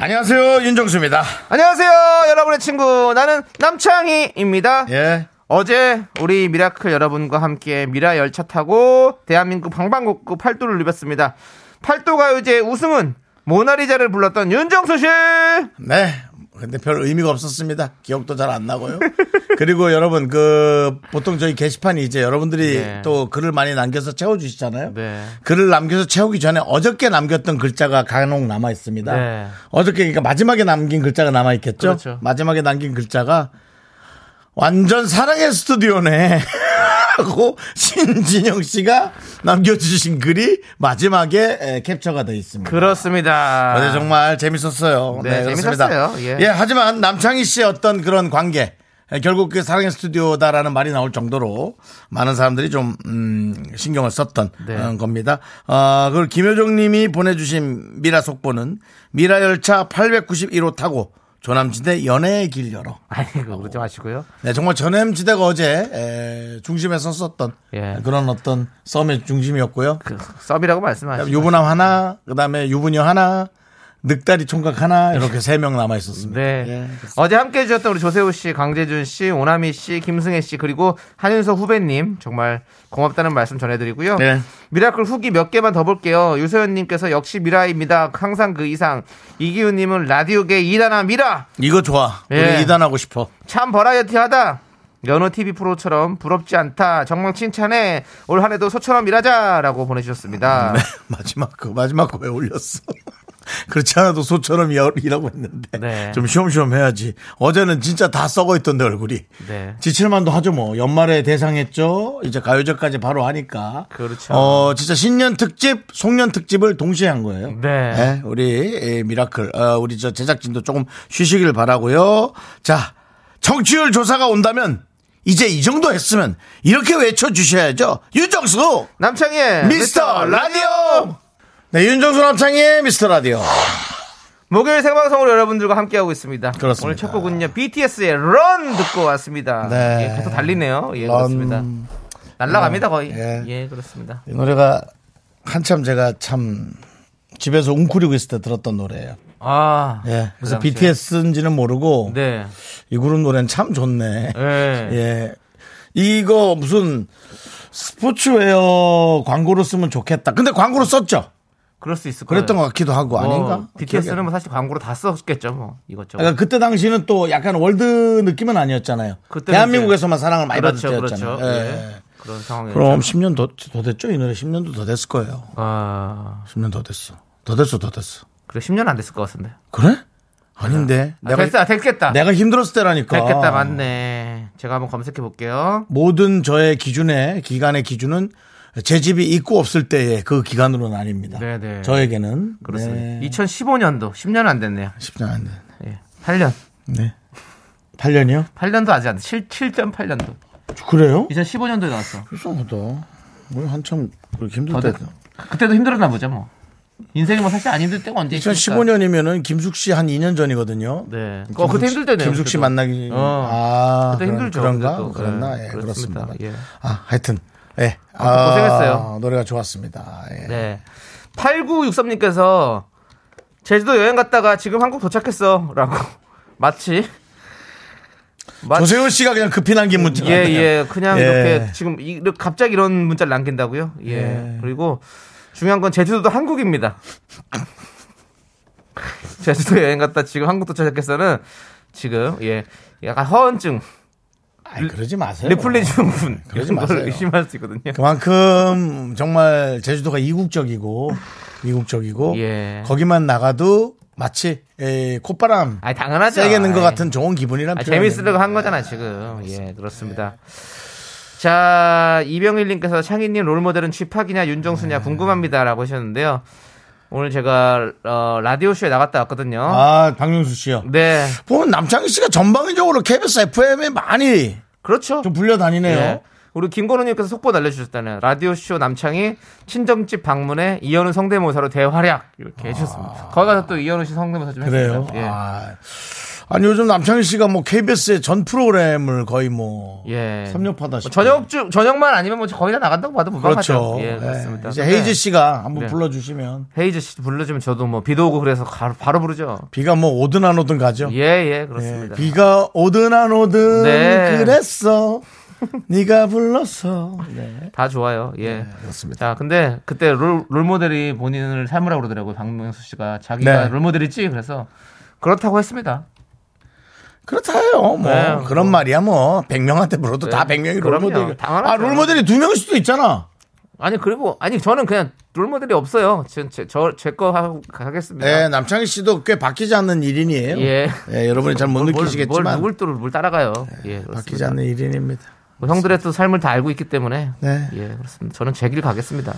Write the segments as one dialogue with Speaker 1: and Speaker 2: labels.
Speaker 1: 안녕하세요 윤정수입니다.
Speaker 2: 안녕하세요, 여러분의 친구. 나는 남창희입니다.
Speaker 1: 예.
Speaker 2: 어제 우리 미라클 여러분과 함께 미라 열차 타고 대한민국 방방곡곡 팔도를 누볐습니다. 팔도가요제 우승은 모나리자를 불렀던 윤정수 씨!
Speaker 1: 네. 근데 별 의미가 없었습니다. 기억도 잘 안 나고요. 그리고 여러분 그 보통 저희 게시판이 이제 여러분들이
Speaker 2: 네.
Speaker 1: 또 글을 많이 남겨서 채워주시잖아요.
Speaker 2: 네.
Speaker 1: 글을 남겨서 채우기 전에 어저께 남겼던 글자가 간혹 남아 있습니다.
Speaker 2: 네.
Speaker 1: 어저께 그러니까 마지막에 남긴 글자가 남아 있겠죠.
Speaker 2: 그렇죠.
Speaker 1: 마지막에 남긴 글자가 완전 사랑의 스튜디오네. 하고 신진영 씨가 남겨주신 글이 마지막에 에, 캡처가 돼 있습니다.
Speaker 2: 그렇습니다.
Speaker 1: 어제 정말 재밌었어요.
Speaker 2: 아. 네,
Speaker 1: 그렇습니다.
Speaker 2: 재밌었어요. 예.
Speaker 1: 예. 하지만 남창희 씨의 어떤 그런 관계. 예, 결국 그 사랑의 스튜디오다라는 말이 나올 정도로 많은 사람들이 좀, 음, 신경을 썼던
Speaker 2: 네.
Speaker 1: 어, 겁니다. 어, 그리고 김효정 님이 보내주신 미라 속보는 미라 열차 891호 타고 조남지대 연애의 길 열어.
Speaker 2: 아이고, 그러지 마시고요.
Speaker 1: 네, 정말 전남지대가 어제 에, 중심에 섰었던
Speaker 2: 예.
Speaker 1: 그런 어떤 썸의 중심이었고요.
Speaker 2: 그, 썸이라고 말씀하시죠.
Speaker 1: 유부남 하나, 그다음에 유부녀 하나, 늑다리 총각 하나 이렇게 세 명 남아 있었습니다. 예.
Speaker 2: 네. 어제 함께 해주셨던 우리 조세호 씨, 강재준 씨, 오나미 씨, 김승혜 씨, 그리고 한윤서 후배님, 정말 고맙다는 말씀 전해드리고요.
Speaker 1: 네.
Speaker 2: 미라클 후기 몇 개만 더 볼게요. 유서연님께서 역시 미라입니다. 항상 그 이상. 이기훈님은 라디오계 이단나 미라!
Speaker 1: 이거 좋아.
Speaker 2: 예.
Speaker 1: 우리 이단하고 싶어.
Speaker 2: 참 버라이어티하다. 연어 TV 프로처럼 부럽지 않다. 정말 칭찬해. 올 한해도 소처럼 일하자라고 보내주셨습니다.
Speaker 1: 네, 마지막 거 마지막 거 왜 올렸어? 그렇지 않아도 소처럼 열이라고 했는데
Speaker 2: 네.
Speaker 1: 좀 쉬엄쉬엄 해야지. 어제는 진짜 다 썩어 있던데 얼굴이.
Speaker 2: 네.
Speaker 1: 지칠만도 하죠 뭐. 연말에 대상했죠. 이제 가요제까지 바로 하니까.
Speaker 2: 그렇죠.
Speaker 1: 어 진짜 신년 특집, 송년 특집을 동시에 한 거예요.
Speaker 2: 네.
Speaker 1: 우리 예, 미라클, 어, 우리 저 제작진도 조금 쉬시길 바라고요. 자, 정치율 조사가 온다면 이제 이 정도 했으면 이렇게 외쳐 주셔야죠. 윤정수.
Speaker 2: 남창희의
Speaker 1: 미스터 라디오. 네, 윤정수 남창희의 미스터 라디오.
Speaker 2: 목요일 생방송으로 여러분들과 함께하고 있습니다.
Speaker 1: 그렇습니다.
Speaker 2: 오늘 첫 곡은요. BTS의 런 듣고 왔습니다.
Speaker 1: 네.
Speaker 2: 예, 계속 달리네요. 예,
Speaker 1: 런.
Speaker 2: 그렇습니다. 날라갑니다 거의.
Speaker 1: 예.
Speaker 2: 예. 그렇습니다.
Speaker 1: 이 노래가 한참 제가 참 집에서 웅크리고 있을 때 들었던 노래예요.
Speaker 2: 아.
Speaker 1: 예.
Speaker 2: 그
Speaker 1: 그래서
Speaker 2: 당시에.
Speaker 1: BTS인지는 모르고
Speaker 2: 네.
Speaker 1: 이 그룹 노래는 참 좋네.
Speaker 2: 예.
Speaker 1: 예. 이거 무슨 스포츠웨어 광고로 쓰면 좋겠다. 근데 광고로 썼죠.
Speaker 2: 그럴 수 있을 거예요.
Speaker 1: 그랬던 것 같기도 하고
Speaker 2: 뭐,
Speaker 1: 아닌가?
Speaker 2: BTS는 뭐 사실 광고로 다 썼겠죠. 뭐 이것저것.
Speaker 1: 그러니까 그때 당시는 또 약간 월드 느낌은 아니었잖아요.
Speaker 2: 그때는
Speaker 1: 대한민국에서만 사랑을 많이
Speaker 2: 그렇죠.
Speaker 1: 받을 때였잖아요.
Speaker 2: 그렇죠.
Speaker 1: 예.
Speaker 2: 예. 그런 상황에
Speaker 1: 그럼 10년 더, 더 됐죠? 이 노래 10년도 더 됐을 거예요.
Speaker 2: 아,
Speaker 1: 10년 더 됐어. 더 됐어, 더 됐어.
Speaker 2: 그래 10년 안 됐을 것 같은데.
Speaker 1: 그래? 아닌데.
Speaker 2: 아,
Speaker 1: 내가,
Speaker 2: 됐다, 됐겠다.
Speaker 1: 내가 힘들었을 때라니까.
Speaker 2: 됐겠다, 맞네. 제가 한번 검색해
Speaker 1: 네.
Speaker 2: 볼게요.
Speaker 1: 모든 저의 기준에, 기간의 기준은 제 집이 있고 없을 때의 그 기간으로는 아닙니다.
Speaker 2: 네네.
Speaker 1: 저에게는.
Speaker 2: 그렇습니다.
Speaker 1: 네.
Speaker 2: 2015년도 10년 안 됐네요.
Speaker 1: 10년 안 됐네.
Speaker 2: 예. 8년.
Speaker 1: 네. 8년이요?
Speaker 2: 8년도 아직 안 돼. 7, 7.8년도.
Speaker 1: 그래요?
Speaker 2: 2015년도에 나왔어.
Speaker 1: 이상하다. 뭐 한참 그렇게 힘들
Speaker 2: 더
Speaker 1: 때.
Speaker 2: 됐- 그때도 힘들었나 보죠, 뭐. 인생이 뭐 사실 안 힘들 때가 언제 있습니까?
Speaker 1: 2015년이면은 김숙 씨 한 2년 전이거든요.
Speaker 2: 네. 어, 그때 힘들 때네요.
Speaker 1: 김숙 씨
Speaker 2: 그래도.
Speaker 1: 만나기.
Speaker 2: 어.
Speaker 1: 아,
Speaker 2: 그때 힘들죠,
Speaker 1: 그런가?
Speaker 2: 그래도.
Speaker 1: 그랬나?
Speaker 2: 네,
Speaker 1: 예, 그렇습니다.
Speaker 2: 그렇습니다. 예.
Speaker 1: 아, 하여튼. 예.
Speaker 2: 아무튼 고생했어요.
Speaker 1: 노래가 좋았습니다. 예.
Speaker 2: 네. 8963님께서 제주도 여행 갔다가 지금 한국 도착했어. 라고. 마치. 마치
Speaker 1: 조세호 씨가 그냥 급히 남긴 문자.
Speaker 2: 예, 예. 그냥
Speaker 1: 예.
Speaker 2: 이렇게 지금 이- 이렇게 갑자기 이런 문자를 남긴다고요? 예. 그리고 중요한 건 제주도도 한국입니다. 제주도 여행 갔다 지금 한국 도착했서는 지금 예. 약간 허언증,
Speaker 1: 아이, 그러지 마세요.
Speaker 2: 리플리 증후군
Speaker 1: 어. 그러지
Speaker 2: 이런 걸
Speaker 1: 마세요. 그
Speaker 2: 의심할 수 있거든요.
Speaker 1: 그만큼 정말 제주도가 이국적이고, 이국적이고,
Speaker 2: 예.
Speaker 1: 거기만 나가도 마치 에, 콧바람
Speaker 2: 아, 당연하죠.
Speaker 1: 세게 는것
Speaker 2: 아이.
Speaker 1: 같은 좋은 기분이란
Speaker 2: 아,
Speaker 1: 표현이 네,
Speaker 2: 재밌으려고 한 거잖아 지금. 예, 그렇습니다.
Speaker 1: 네.
Speaker 2: 자, 이병일님께서 창희님 롤모델은 쥐팍이냐 윤정수냐 궁금합니다라고 하셨는데요. 오늘 제가 어, 라디오 쇼에 나갔다 왔거든요.
Speaker 1: 아, 박명수 씨요.
Speaker 2: 네,
Speaker 1: 보면 남창희 씨가 전방위적으로 KBS FM에 많이
Speaker 2: 그렇죠.
Speaker 1: 좀 불려 다니네요.
Speaker 2: 네. 우리 김건우님께서 속보 날려주셨다는 라디오 쇼 남창이 친정집 방문에 이현우 성대모사로 대활약 이렇게 해주셨습니다. 거기 가서 또 이현우 씨 성대모사 좀
Speaker 1: 아. 그래요.
Speaker 2: 했습니다. 예.
Speaker 1: 아. 아니 요즘 남창희 씨가 뭐 KBS의 전 프로그램을 거의 뭐
Speaker 2: 예.
Speaker 1: 섭렵하다 싶
Speaker 2: 저녁 중 저녁만 아니면 뭐 거의 다 나간다고 봐도
Speaker 1: 그렇죠.
Speaker 2: 무방하죠. 예,
Speaker 1: 예.
Speaker 2: 맞습니다.
Speaker 1: 이제
Speaker 2: 근데
Speaker 1: 헤이즈 씨가 한번
Speaker 2: 네.
Speaker 1: 불러주시면
Speaker 2: 헤이즈 씨 불러주면 저도 뭐 비도 오고 그래서 바로, 바로 부르죠.
Speaker 1: 비가 뭐 오든 안 오든 가죠.
Speaker 2: 예, 예,
Speaker 1: 예,
Speaker 2: 그렇습니다.
Speaker 1: 비가 오든 안 오든
Speaker 2: 네.
Speaker 1: 그랬어. 네가 불렀어. 네.
Speaker 2: 다 좋아요. 예.
Speaker 1: 그렇습니다.
Speaker 2: 자, 근데 그때 롤, 롤 모델이 본인을 삶으라고 그러더라고요. 박명수 씨가 자기가
Speaker 1: 네.
Speaker 2: 롤 모델이지. 그래서 그렇다고 했습니다.
Speaker 1: 그렇다요. 뭐
Speaker 2: 네,
Speaker 1: 그런 말이야 뭐 100명한테 물어도
Speaker 2: 네,
Speaker 1: 다 100명이
Speaker 2: 그럼요.
Speaker 1: 롤모델.
Speaker 2: 당연하죠.
Speaker 1: 아, 롤모델이 두 명씩도 있잖아.
Speaker 2: 아니 그리고 아니 저는 그냥 롤 모델이 없어요. 저제거 하고 가겠습니다.
Speaker 1: 네, 남창희 씨도 꽤 바뀌지 않는 일인이에요.
Speaker 2: 예.
Speaker 1: 예, 여러분이 잘 못
Speaker 2: 뭘,
Speaker 1: 느끼시겠지만 네,
Speaker 2: 뭘 누굴 또뭘 따라가요. 예,
Speaker 1: 바뀌지
Speaker 2: 그렇습니다.
Speaker 1: 않는 일인입니다.
Speaker 2: 뭐 형들의 또 삶을 다 알고 있기 때문에
Speaker 1: 네.
Speaker 2: 예, 그렇습니다. 저는 제 길 가겠습니다.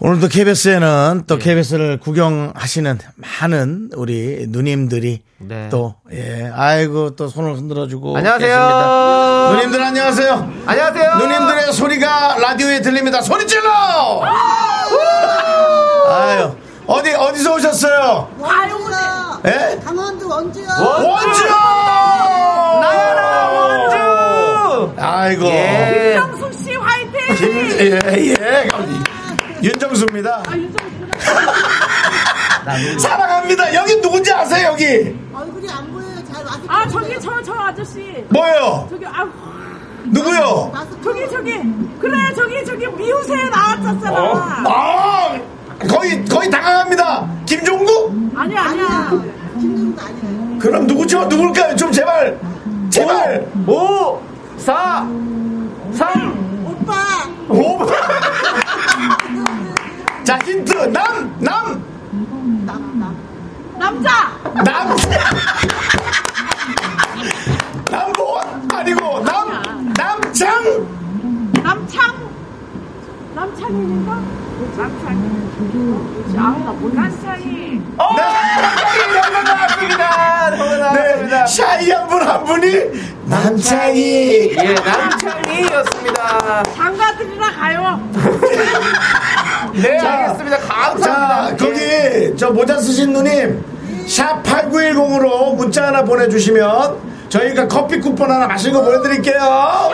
Speaker 1: 오늘도 KBS에는 또 KBS를 구경하시는 많은 우리 누님들이
Speaker 2: 네.
Speaker 1: 또 예, 아이고 또 손을 흔들어주고 계십니다.
Speaker 2: 안녕하세요.
Speaker 1: 누님들 안녕하세요.
Speaker 2: 안녕하세요.
Speaker 1: 누님들의 소리가 라디오에 들립니다. 소리 질러! 아유, 어디 어디서 오셨어요?
Speaker 3: 강원도
Speaker 1: 예? 뭐?
Speaker 3: 강원도 원주요.
Speaker 1: 원주!
Speaker 2: 원주!
Speaker 1: 아이고.
Speaker 2: 예.
Speaker 3: 김정숙 씨 화이팅!
Speaker 1: 김, 예, 예. 감- 윤정수입니다.
Speaker 3: 아, 윤정숙
Speaker 1: 사랑합니다. 여기 누군지 아세요, 여기?
Speaker 3: 얼굴이 안 보여요. 잘 와서. 아 저기 저 저 아저씨.
Speaker 1: 뭐예요?
Speaker 3: 저기 아
Speaker 1: 누구요?
Speaker 3: 저기 저기 그래 저기 저기 미우새 나왔었잖아.
Speaker 1: 아, 거의, 거의 당황합니다. 김종국?
Speaker 3: 아니야 아니야.
Speaker 1: 그럼 누구죠? 누굴까요? 좀 제발. 제발.
Speaker 2: 오, 사, 삼.
Speaker 3: 오빠
Speaker 1: 오. 자, 힌트. 남, 남,
Speaker 3: 남자
Speaker 1: 남. 남보원 뭐? 아니고, 남, 남장.
Speaker 3: 남창 남창인가? 남창. 아나 몰라. 남창이.
Speaker 1: 네.
Speaker 2: 아,
Speaker 1: 네. 샤이 한 분, 한 분이 남창이.
Speaker 2: 예, 남창희였습니다.
Speaker 3: 장가들이나 가요.
Speaker 2: 네,
Speaker 1: 자,
Speaker 2: 알겠습니다.
Speaker 1: 자,
Speaker 2: 감사합니다.
Speaker 1: 거기 저 모자 쓰신 누님 샵 8910으로 문자 하나 보내주시면 저희가 커피 쿠폰 하나 맛있는 거 보내드릴게요.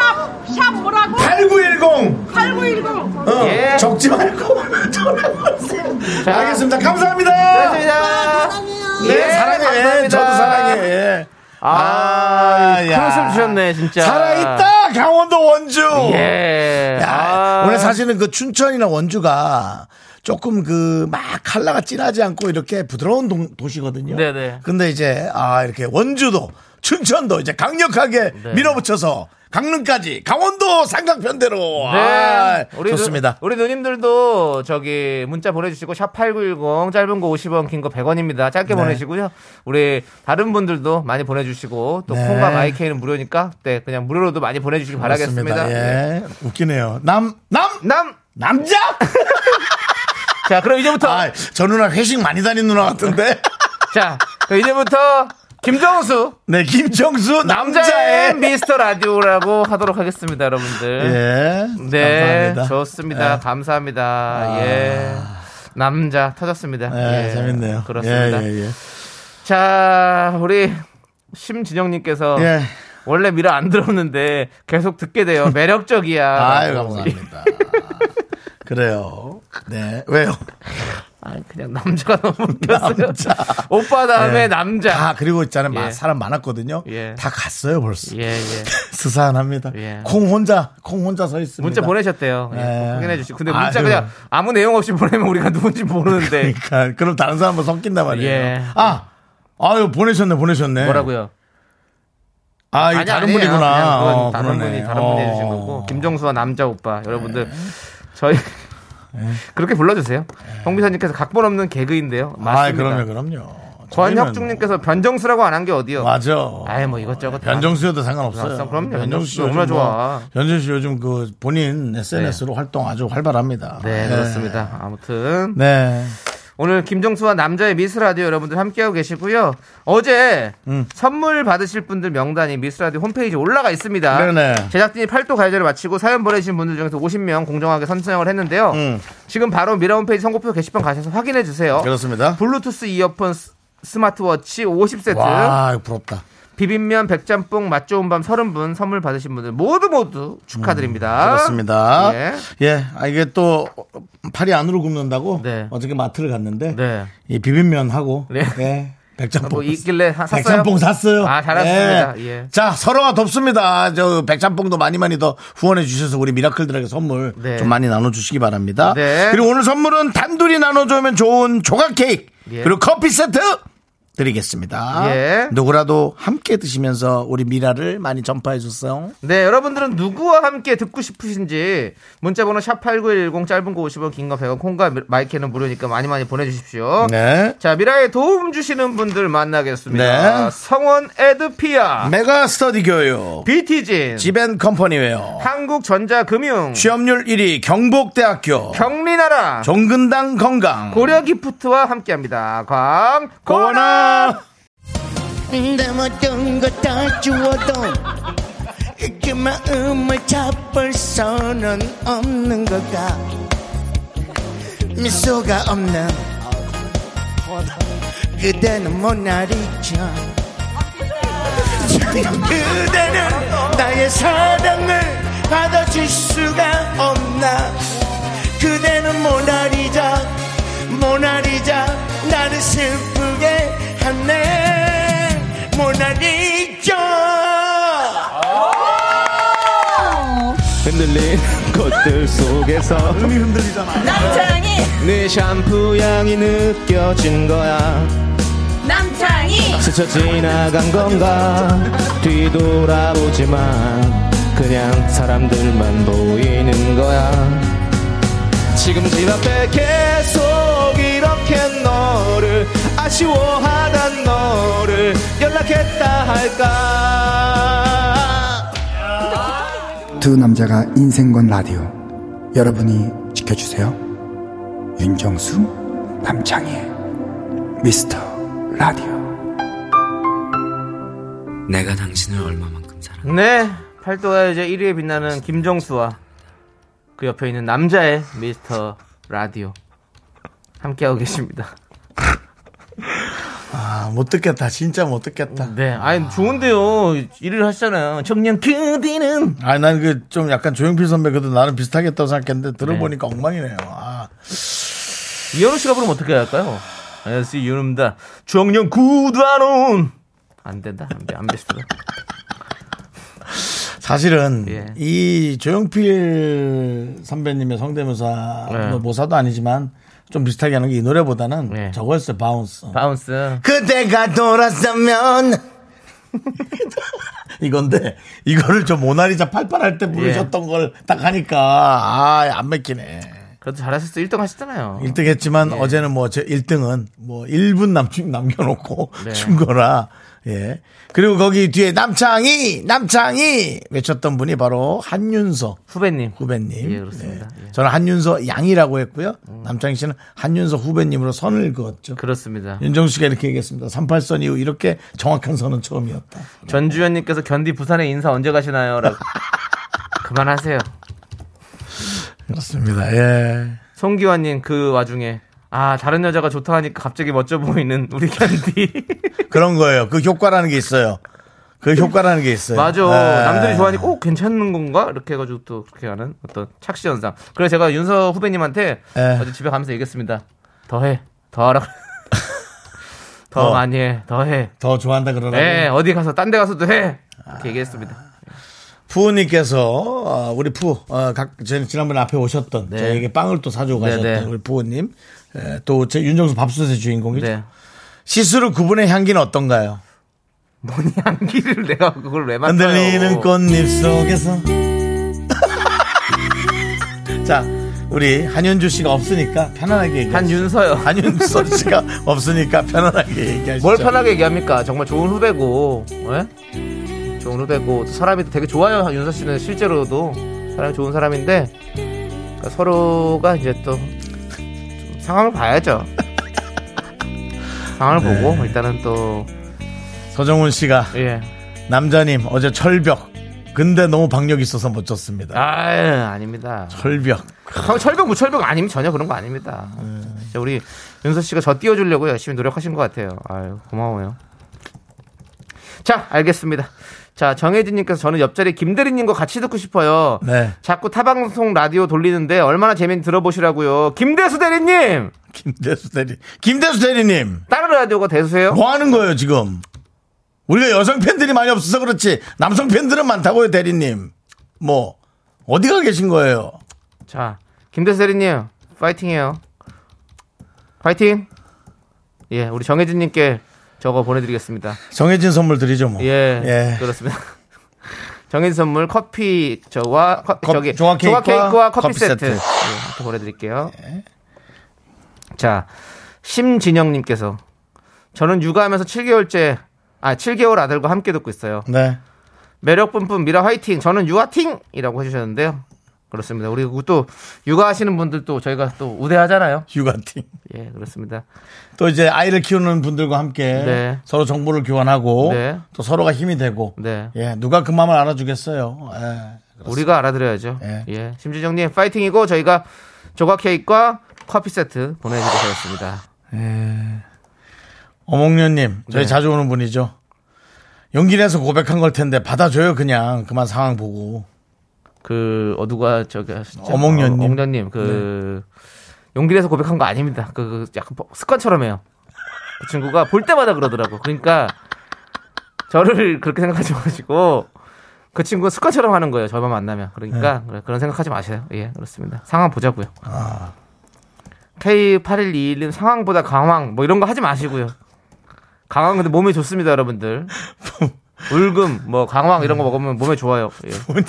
Speaker 3: 샵샵 뭐라고?
Speaker 1: 8910
Speaker 3: 8910.
Speaker 1: 어,
Speaker 2: 예.
Speaker 1: 적지 말고 전화보세요.
Speaker 2: 자.
Speaker 1: 알겠습니다. 감사합니다.
Speaker 2: 감사합니다.
Speaker 1: 네,
Speaker 2: 예,
Speaker 1: 사랑해.
Speaker 2: 감사합니다.
Speaker 1: 저도 사랑해.
Speaker 2: 아,
Speaker 1: 아,
Speaker 2: 큰
Speaker 1: 야.
Speaker 2: 웃음 주셨네, 진짜.
Speaker 1: 살아있다 강원도 원주.
Speaker 2: 예.
Speaker 1: 야,
Speaker 2: 아.
Speaker 1: 원래 사실은 그 춘천이나 원주가 조금 그 막 칼라가 진하지 않고 이렇게 부드러운 동- 도시거든요.
Speaker 2: 네네.
Speaker 1: 근데 이제 아 이렇게 원주도 춘천도 이제 강력하게
Speaker 2: 네.
Speaker 1: 밀어붙여서 강릉까지 강원도 상강편대로 아,
Speaker 2: 네.
Speaker 1: 좋습니다.
Speaker 2: 누, 우리 누님들도 저기 문자 보내주시고 샵8910 짧은 거 50원 긴 거 100원입니다. 짧게
Speaker 1: 네.
Speaker 2: 보내시고요. 우리 다른 분들도 많이 보내주시고 또
Speaker 1: 네.
Speaker 2: 콩과 마이케이는 무료니까 네, 그냥 무료로도 많이 보내주시기 바라겠습니다.
Speaker 1: 예. 웃기네요. 남, 남,
Speaker 2: 남!
Speaker 1: 남자?
Speaker 2: 자 그럼 이제부터
Speaker 1: 아, 저 누나 회식 많이 다닌 누나 같은데.
Speaker 2: 자 그럼 이제부터 김정수
Speaker 1: 네, 김정수
Speaker 2: 남자의
Speaker 1: 남자의.
Speaker 2: 미스터 라디오라고 하도록 하겠습니다, 여러분들.
Speaker 1: 예.
Speaker 2: 네,
Speaker 1: 감사합니다.
Speaker 2: 좋습니다.
Speaker 1: 예.
Speaker 2: 감사합니다. 예. 남자 터졌습니다.
Speaker 1: 예,
Speaker 2: 예,
Speaker 1: 재밌네요.
Speaker 2: 그렇습니다.
Speaker 1: 예, 예, 예.
Speaker 2: 자, 우리 심진영님께서
Speaker 1: 예.
Speaker 2: 원래 미라 안 들었는데 계속 듣게 돼요. 매력적이야.
Speaker 1: 아유,
Speaker 2: 라고.
Speaker 1: 감사합니다. 그래요. 네. 왜요?
Speaker 2: 아, 그냥 남자가 너무 웃겼어요. 오빠 다음에
Speaker 1: 예.
Speaker 2: 남자.
Speaker 1: 다 그리고 있잖아요. 마-
Speaker 2: 예.
Speaker 1: 사람 많았거든요.
Speaker 2: 예.
Speaker 1: 다 갔어요, 벌써.
Speaker 2: 예, 예.
Speaker 1: 스산합니다.
Speaker 2: 예.
Speaker 1: 콩 혼자, 콩 혼자 서 있습니다.
Speaker 2: 문자 보내셨대요. 예,
Speaker 1: 예.
Speaker 2: 확인해 주시고. 근데 문자
Speaker 1: 아유.
Speaker 2: 그냥 아무 내용 없이 보내면 우리가 누군지 모르는데.
Speaker 1: 그러니까 그럼 다른 사람은 섞인단 말이에요.
Speaker 2: 예.
Speaker 1: 아, 아유 보내셨네, 보내셨네.
Speaker 2: 뭐라고요?
Speaker 1: 아, 이거
Speaker 2: 아니,
Speaker 1: 다른
Speaker 2: 아니에요. 그냥
Speaker 1: 분이구나.
Speaker 2: 그건
Speaker 1: 어,
Speaker 2: 다른
Speaker 1: 그러네.
Speaker 2: 분이 다른 분이 해주신
Speaker 1: 어. 네.
Speaker 2: 거고 김정수와 남자 오빠 여러분들 저희 그렇게 불러주세요. 홍비사님께서 각본 없는 개그인데요.
Speaker 1: 네. 아,
Speaker 2: 맞습니다.
Speaker 1: 그럼요, 그럼요.
Speaker 2: 권혁중님께서 변정수라고 안 한 게 어디요?
Speaker 1: 맞아.
Speaker 2: 아이 뭐 이것저것 다.
Speaker 1: 변정수여도 상관없어요.
Speaker 2: 아, 그럼, 그럼요. 변정수
Speaker 1: 요즘
Speaker 2: 얼마나
Speaker 1: 뭐,
Speaker 2: 좋아.
Speaker 1: 변정수 씨 요즘 그 본인 SNS로 활동 아주 활발합니다.
Speaker 2: 네
Speaker 1: 네.
Speaker 2: 그렇습니다. 아무튼
Speaker 1: 네.
Speaker 2: 오늘 김정수와 남자의 미스라디오 여러분들 함께하고 계시고요. 어제
Speaker 1: 음.
Speaker 2: 선물 받으실 분들 명단이 미스라디오 홈페이지에 올라가 있습니다.
Speaker 1: 네네.
Speaker 2: 제작진이 팔도 가이드를 마치고 사연 보내신 분들 중에서 50명 공정하게 선정을 했는데요.
Speaker 1: 음.
Speaker 2: 지금 바로 미라 홈페이지 선고표 게시판 가셔서 확인해 주세요.
Speaker 1: 그렇습니다.
Speaker 2: 블루투스 이어폰 스- 스마트워치 50세트
Speaker 1: 와, 이거 부럽다.
Speaker 2: 비빔면 백짬뽕 맛 좋은 밤 30분 선물 받으신 분들 모두 모두 축하드립니다.
Speaker 1: 음, 그렇습니다.
Speaker 2: 예.
Speaker 1: 예. 아, 이게 또 팔이 안으로 굽는다고
Speaker 2: 네.
Speaker 1: 어저께 마트를 갔는데
Speaker 2: 네.
Speaker 1: 이 비빔면하고
Speaker 2: 네.
Speaker 1: 예, 백짬뽕
Speaker 2: 뭐 있길래 하- 샀어요?
Speaker 1: 백짬뽕 샀어요.
Speaker 2: 아, 잘했습니다. 예.
Speaker 1: 자, 서로가 덥습니다. 저 백짬뽕도 많이 많이 더 후원해 주셔서 우리 미라클들에게 선물
Speaker 2: 네.
Speaker 1: 좀 많이 나눠 주시기 바랍니다.
Speaker 2: 네.
Speaker 1: 그리고 오늘 선물은 단둘이 나눠 주면 좋은 조각 케이크
Speaker 2: 예.
Speaker 1: 그리고 커피 세트 드리겠습니다.
Speaker 2: 예.
Speaker 1: 누구라도 함께 드시면서 우리 미라를 많이 전파해 줬어요.
Speaker 2: 네, 여러분들은 누구와 함께 듣고 싶으신지 문자번호 샵8910 짧은 거 50원, 긴 거 100원, 콩과 마이크는 무료니까 많이 많이 보내주십시오.
Speaker 1: 네.
Speaker 2: 자, 미라에 도움 주시는 분들 만나겠습니다.
Speaker 1: 네.
Speaker 2: 성원 에드피아, 음.
Speaker 1: 메가 스터디 교육
Speaker 2: 비티진,
Speaker 1: 지벤 컴퍼니웨어
Speaker 2: 한국전자금융,
Speaker 1: 취업률 1위 경북대학교
Speaker 2: 경리나라,
Speaker 1: 종근당 건강
Speaker 2: 고려기프트와 함께합니다. 광고나
Speaker 1: 고나
Speaker 4: 내 모든 걸다 주워도 이렇게 마음을 잡을 수는 없는 거다 미소가 없는 그대는 모나리자 그대는 나의 사랑을 받아줄 수가 없나 그대는 모나리자 모나리자 나를 슬프게 하네 모나리자
Speaker 5: 흔들린 것들 속에서
Speaker 1: 몸이 흔들리잖아
Speaker 3: 남창이
Speaker 5: 네 샴푸 향이 느껴진 거야
Speaker 3: 남창이
Speaker 5: 스쳐 지나간 건가 뒤돌아보지만 그냥 사람들만 보이는 거야 지금 집 앞에 계속 이렇게 너를 아쉬워하던 너를 연락했다 할까
Speaker 6: 두 남자가 인생건 라디오 여러분이 지켜주세요 윤정수 남창희 미스터 라디오
Speaker 7: 내가 당신을 얼마만큼 사랑
Speaker 2: 네, 팔도가 이제 1위에 빛나는 김정수와 그 옆에 있는 남자의 미스터 라디오 함께하고 계십니다.
Speaker 1: 아, 못 듣겠다 진짜 못 듣겠다
Speaker 2: 네, 아니 좋은데요. 일을 하시잖아요. 청년 그디는
Speaker 1: 아니 난 그 좀 약간 조용필 선배 그래도 나는 비슷하겠다고 생각했는데 들어보니까 엉망이네요 아,
Speaker 2: 이현우 씨가 부르면 어떻게 할까요? 안녕하세요, 이현우입니다. 청년 구단원 안 된다, 안 돼, 안 됐어.
Speaker 1: 사실은
Speaker 2: 예.
Speaker 1: 이 조용필 선배님의 성대모사
Speaker 2: 네.
Speaker 1: 뭐 모사도 아니지만 좀 비슷하게 하는 게 이 노래보다는
Speaker 2: 네.
Speaker 1: 저거였어요 바운스
Speaker 2: 바운스.
Speaker 1: 그대가 돌아서면 이건데 이거를 저 모나리자 팔팔할
Speaker 2: 예.
Speaker 1: 때 부르셨던 걸 딱 하니까 아 안 맥히네.
Speaker 2: 그래도 잘하셨어, 1등 하셨잖아요.
Speaker 1: 1등
Speaker 2: 예.
Speaker 1: 했지만 어제는 뭐 제 1등은 뭐 1분 남친 남겨놓고
Speaker 2: 네.
Speaker 1: 준 거라. 예. 그리고 거기 뒤에 남창희 남창희 외쳤던 분이 바로 한윤서
Speaker 2: 후배님.
Speaker 1: 후배님.
Speaker 2: 예, 그렇습니다. 예.
Speaker 1: 저는 한윤서 양이라고 했고요. 남창희 씨는 한윤서 후배님으로 선을 그었죠.
Speaker 2: 그렇습니다.
Speaker 1: 윤정수 씨가 이렇게 얘기했습니다. 38선 이후 이렇게 정확한 선은 처음이었다.
Speaker 2: 전주현님께서 견디 부산에 인사 언제 가시나요? 라고. 그만하세요.
Speaker 1: 그렇습니다. 예.
Speaker 2: 송기환님 그 와중에 아 다른 여자가 좋다 하니까 갑자기 멋져 보이는 우리 견디
Speaker 1: 그런 거예요. 그 효과라는 게 있어요. 그 효과라는 게 있어요.
Speaker 2: 맞아
Speaker 1: 예.
Speaker 2: 남들이 좋아하니까 오 괜찮은 건가 이렇게 해가지고 또 그렇게 하는 어떤 착시 현상 그래서 제가 윤서 후배님한테
Speaker 1: 예.
Speaker 2: 어제 집에 가면서 얘기했습니다 더해 더하라 더
Speaker 1: 어. 네.
Speaker 2: 많이 해더해
Speaker 1: 더 좋아한다 그러라고.
Speaker 2: 예 어디 가서 딴 데 가서도 해
Speaker 1: 아.
Speaker 2: 이렇게 얘기했습니다
Speaker 1: 부모님께서 어, 우리 부 어, 각, 저희 지난번에 앞에 오셨던
Speaker 2: 네.
Speaker 1: 저에게 빵을 또 사주고 가셨던
Speaker 2: 네, 네.
Speaker 1: 우리 부모님 또 제 윤정수 밥솥의 주인공이죠.
Speaker 2: 네
Speaker 1: 시스루 구분의 향기는 어떤가요?
Speaker 2: 뭐니 안기를 내가 그걸 왜 맡아요
Speaker 1: 흔들리는 꽃잎 속에서 자 우리 한윤주 씨가 없으니까 편안하게 얘기하시죠.
Speaker 2: 한윤서요
Speaker 1: 한윤서 씨가 없으니까 편안하게 얘기하시죠.
Speaker 2: 뭘 편하게 얘기합니까? 정말 좋은 후배고, 예? 좋은 후배고, 또 사람이 되게 좋아요. 윤서 씨는 실제로도 사람이 좋은 사람인데, 그러니까 서로가 이제 또, 좀 상황을 봐야죠. 상황을
Speaker 1: 네.
Speaker 2: 보고 일단은 또
Speaker 1: 서정훈 씨가
Speaker 2: 예.
Speaker 1: 남자님 어제 철벽. 근데 너무 박력 있어서 못 졌습니다.
Speaker 2: 아유, 아닙니다.
Speaker 1: 철벽.
Speaker 2: 철- 철벽 무철벽 아니면 전혀 그런 거 아닙니다. 진짜 우리 윤서 씨가 저 띄워주려고 열심히 노력하신 것 같아요. 아유 고마워요. 자 알겠습니다. 자 정혜진님께서 저는 옆자리 김대리님과 같이 듣고 싶어요.
Speaker 1: 네.
Speaker 2: 자꾸 타방송 라디오 돌리는데 얼마나 재밌는 들어보시라고요. 김대수 대리님
Speaker 1: 김대수 대리. 김대수 대리님.
Speaker 2: 다른 라디오가 대수세요?
Speaker 1: 뭐 하는 거예요, 지금? 우리가 여성 팬들이 많이 없어서 그렇지. 남성 팬들은 많다고요, 대리님. 뭐, 어디가 계신 거예요?
Speaker 2: 자 김대수 대리님 파이팅해요. 파이팅. 예 우리 정혜진님께 저거 보내드리겠습니다.
Speaker 1: 정해진 선물 드리죠, 뭐.
Speaker 2: 예,
Speaker 1: 예.
Speaker 2: 그렇습니다. 정인 선물 커피 저와 커,
Speaker 1: 컵-
Speaker 2: 저기
Speaker 1: 조각 케이크와
Speaker 2: 조각 케이크와, 커피,
Speaker 1: 커피
Speaker 2: 세트,
Speaker 1: 세트.
Speaker 2: 예, 이렇게 보내드릴게요. 자 심진영님께서 저는 육아하면서 7개월째 아 7개월 아들과 함께 듣고 있어요.
Speaker 1: 네.
Speaker 2: 매력 뿜뿜 미라 화이팅. 저는 육아팅이라고 해주셨는데요. 그렇습니다. 우리 또 육아하시는 분들 또 저희가 또 우대하잖아요.
Speaker 1: 휴가팀.
Speaker 2: 예, 그렇습니다.
Speaker 1: 또 이제 아이를 키우는 분들과 함께
Speaker 2: 네.
Speaker 1: 서로 정보를 교환하고
Speaker 2: 네.
Speaker 1: 또 서로가 힘이 되고
Speaker 2: 네.
Speaker 1: 예, 누가 그 마음을 알아주겠어요. 예.
Speaker 2: 우리가 알아들어야죠.
Speaker 1: 예.
Speaker 2: 예. 심지정님 파이팅이고 저희가 조각 케이크와 커피 세트 보내드리겠습니다.
Speaker 1: 어몽련님 저희
Speaker 2: 네.
Speaker 1: 자주 오는 분이죠. 용기 내서 고백한 걸 텐데 받아줘요 그냥 그만 상황 보고
Speaker 2: 그 어, 누가 저기 하시죠?
Speaker 1: 어몽련님. 네.
Speaker 2: 어, 어몽련님 그 용기 내서 고백한 거 아닙니다. 그, 그 약간 버- 습관처럼 해요. 그 친구가 볼 때마다 그러더라고. 그러니까 저를 그렇게 생각하지 마시고 그 친구가 습관처럼 하는 거예요. 저만 만나면.
Speaker 1: 네.
Speaker 2: 그러니까 그래, 그런 생각하지 마세요. 예, 그렇습니다. 상황 보자고요.
Speaker 1: 아.
Speaker 2: K8121님 상황보다 강황 뭐 이런 거 하지 마시고요. 강황 근데 몸에 좋습니다, 여러분들. 울금 뭐 강황 이런 거 먹으면 몸에 좋아요. 예.
Speaker 1: 부모님,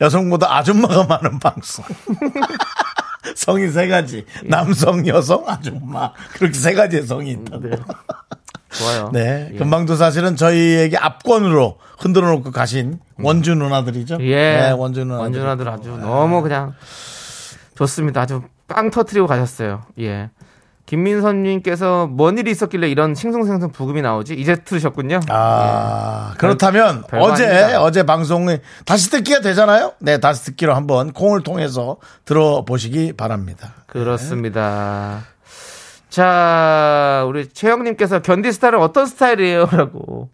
Speaker 1: 여성보다 아줌마가 많은 방송. 성이 세 가지 남성 여성 아줌마 그렇게 세 가지의 성이 있다고.
Speaker 2: 네. 좋아요.
Speaker 1: 네,
Speaker 2: 예.
Speaker 1: 금방도 사실은 저희에게 압권으로 흔들어 놓고 가신 원주 누나들이죠.
Speaker 2: 음. 예.
Speaker 1: 네, 원주 누나.
Speaker 2: 원들 아주 너무 그냥 좋습니다. 아주 빵 터트리고 가셨어요. 예. 김민선님께서 뭔 일이 있었길래 이런 싱숭생숭 부금이 나오지? 이제 들으셨군요.
Speaker 1: 아, 그렇다면
Speaker 2: 예. 별- 별거
Speaker 1: 어제
Speaker 2: 아닙니다.
Speaker 1: 어제 방송에 다시 듣기가 되잖아요. 네, 다시 듣기로 한번 콩을 통해서 들어보시기 바랍니다.
Speaker 2: 그렇습니다. 자, 우리 최영님께서 견디 스타일은 어떤 스타일이에요? 라고.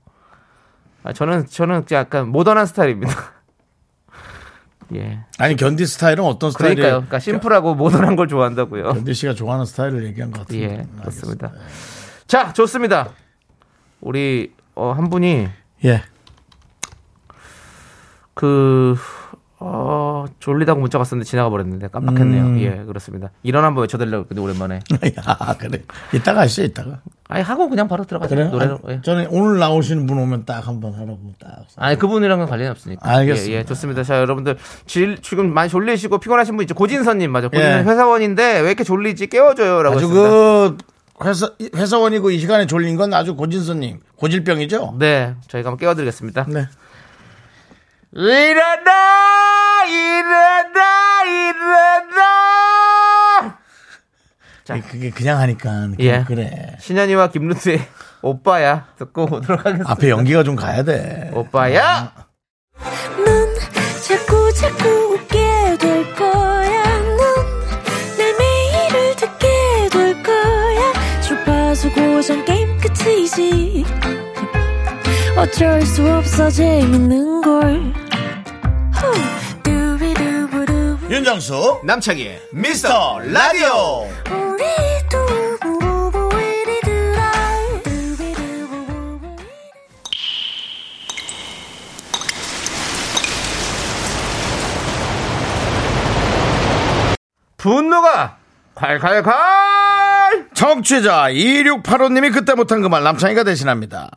Speaker 2: 아, 저는, 저는 약간 모던한 스타일입니다. 예.
Speaker 1: 아니 견디 스타일은 어떤 스타일이에요? 네,
Speaker 2: 그러니까요. 그러니까 심플하고 모던한 걸 좋아한다고요.
Speaker 1: 견디 씨가 좋아하는 스타일을 얘기한 것 같은데.
Speaker 2: 예,
Speaker 1: 알겠습니다.
Speaker 2: 그렇습니다. 자, 좋습니다. 우리 어, 한 분이
Speaker 1: 예.
Speaker 2: 그 어, 졸리다고 문자 왔었는데 지나가 버렸는데 깜빡했네요.
Speaker 1: 음.
Speaker 2: 예, 그렇습니다. 일어나 한번 외쳐달라고 근데 오랜만에.
Speaker 1: 아, 그래. 이따가 하시죠, 이따가.
Speaker 2: 아니 하고 그냥 바로 들어가세요.
Speaker 1: 그래요?
Speaker 2: 노래로.
Speaker 1: 아니,
Speaker 2: 예.
Speaker 1: 저는 오늘 나오시는 분 오면 딱 한번 하라고 딱.
Speaker 2: 아니 그분이랑은 관련이 없으니까.
Speaker 1: 알겠습니다.
Speaker 2: 예, 예, 좋습니다. 자, 여러분들 질, 지금 많이 졸리시고 피곤하신 분 있죠. 고진선님 맞아. 고진선
Speaker 1: 예.
Speaker 2: 회사원인데 왜 이렇게 졸리지? 깨워줘요라고
Speaker 1: 아주
Speaker 2: 했습니다.
Speaker 1: 그 회사 회사원이고 이 시간에 졸린 건 아주 고진선님 고질병이죠.
Speaker 2: 네, 저희가 한번 깨워드리겠습니다.
Speaker 1: 네.
Speaker 2: 일어나 일어나 일어나 자.
Speaker 1: 그게 그냥 하니까
Speaker 2: 예.
Speaker 1: 그래.
Speaker 2: 신현이와 김루트의 오빠야 듣고 오도록 하겠습니다
Speaker 1: 앞에 연기가 좀 가야 돼.
Speaker 2: 어. 오빠야
Speaker 8: 넌 자꾸 자꾸 웃게 될 거야. 넌내 매일을 듣게 될 거야. 주파수 고정 게임 끝이지. 어쩔 수 없어 재밌는 걸. 후. 두비두부두.
Speaker 1: 윤정수
Speaker 2: 남창희의
Speaker 1: 미스터 라디오.
Speaker 8: 우리 두부부부 우리 두라. 두비두부부부.
Speaker 2: 분노가 콸콸콸
Speaker 1: 청취자 2685님이 그때 못한 그 말 남창이가 대신합니다.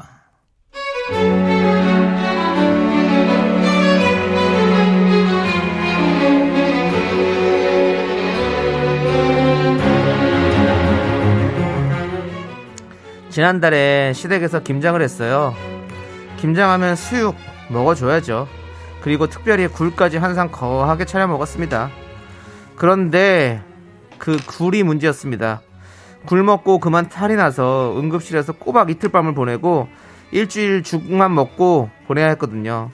Speaker 2: 지난달에 시댁에서 김장을 했어요 김장하면 수육 먹어줘야죠 그리고 특별히 굴까지 한 상 거하게 차려 먹었습니다 그런데 그 굴이 문제였습니다 굶었고 그만 탈이 나서 응급실에서 꼬박 이틀 밤을 보내고 일주일 죽만 먹고 보내야 했거든요.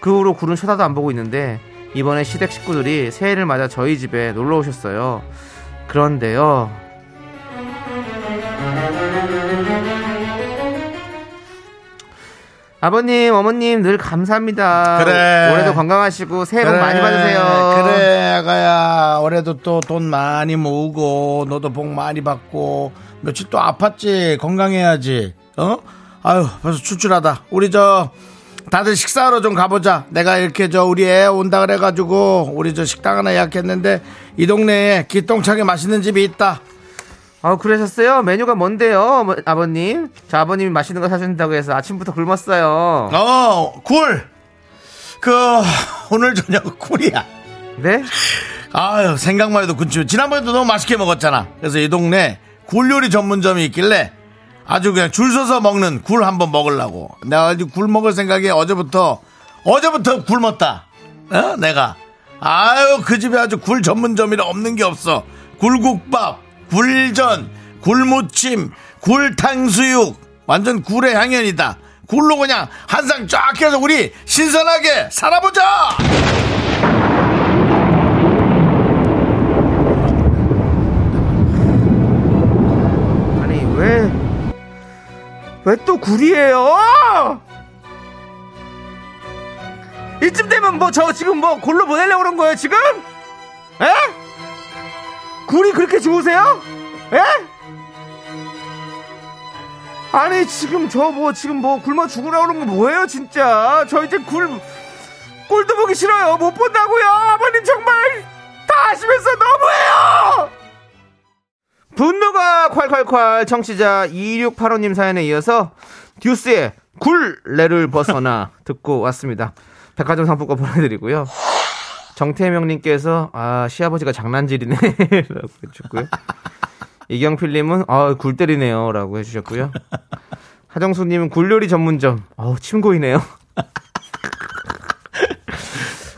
Speaker 2: 그 후로 굴은 쳐다도 안 보고 있는데 이번에 시댁 식구들이 새해를 맞아 저희 집에 놀러 오셨어요. 그런데요. 아버님, 어머님 늘 감사합니다.
Speaker 1: 그래.
Speaker 2: 올해도 건강하시고 새해 복 많이 받으세요.
Speaker 1: 그래, 아가야. 올해도 또 돈 많이 모으고, 너도 복 많이 받고, 며칠 또 아팠지. 건강해야지. 어? 아유, 벌써 출출하다. 우리 저, 다들 식사하러 좀 가보자. 내가 이렇게 저, 우리 애 온다 그래가지고, 우리 저 식당 하나 예약했는데, 이 동네에 기똥차게 맛있는 집이 있다.
Speaker 2: 아 그러셨어요? 메뉴가 뭔데요, 어머- 아버님? 저 아버님이 맛있는 거 사준다고 해서 아침부터 굶었어요.
Speaker 1: 어, 굴! 그, 오늘 저녁 굴이야.
Speaker 2: 네?
Speaker 1: 아유 생각만 해도 군침 지난번에도 너무 맛있게 먹었잖아 그래서 이 동네 굴 요리 전문점이 있길래 아주 그냥 줄 서서 먹는 굴 한번 먹으려고 내가 아주 굴 먹을 생각에 어제부터 어제부터 굶었다 어? 내가 아유 그 집에 아주 굴 전문점이라 없는 게 없어 굴국밥 굴전 굴무침 굴탕수육 완전 굴의 향연이다 굴로 그냥 한 상 쫙 해서 우리 신선하게 살아보자
Speaker 2: 아니 왜? 왜 또 굴이에요? 이쯤 되면 뭐 저 지금 뭐 골로 보내려고 그런 거예요 지금? 에? 굴이 그렇게 좋으세요? 에? 아니 지금 저 뭐 지금 뭐 굶어 죽으라고 그런 거 뭐예요 진짜 저 이제 굴 꼴도 보기 싫어요 못 본다고요 아버님 정말 다 아시면서 너무해요 분노가 콸콸콸 청취자 2685님 사연에 이어서 듀스의 굴레를 벗어나 듣고 왔습니다. 백화점 상품권 보내드리고요. 정태명님께서 아 시아버지가 장난질이네 라고 해주셨고요. 이경필님은 아굴 때리네요 라고 해주셨고요. 하정수님은 굴요리 전문점 어우 침 고이네요.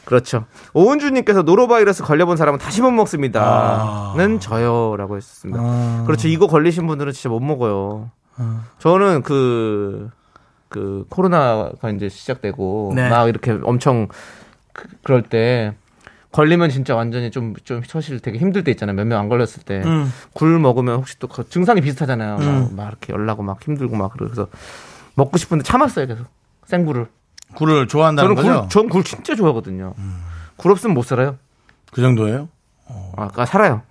Speaker 2: 그렇죠. 오은주님께서 노로바이러스 걸려본 사람은 다시 못 먹습니다. 는 저요라고 했습니다. 그렇죠. 이거 걸리신 분들은 진짜 못 먹어요. 저는 그, 그, 코로나가 이제 시작되고,
Speaker 1: 네.
Speaker 2: 막 이렇게 엄청, 그, 그럴 때, 걸리면 진짜 완전히 좀, 좀 사실 되게 힘들 때 있잖아요. 몇 명 안 걸렸을 때. 굴 먹으면 혹시 또 그 증상이 비슷하잖아요. 막, 막 이렇게 열나고 막 힘들고 막 그래서 먹고 싶은데 참았어요. 계속. 생굴을.
Speaker 1: 굴을 좋아한다는
Speaker 2: 저는
Speaker 1: 거죠?
Speaker 2: 굴, 전굴 진짜 좋아하거든요. 굴 없으면 못 살아요.
Speaker 1: 그 정도예요?
Speaker 2: 아, 까 살아요.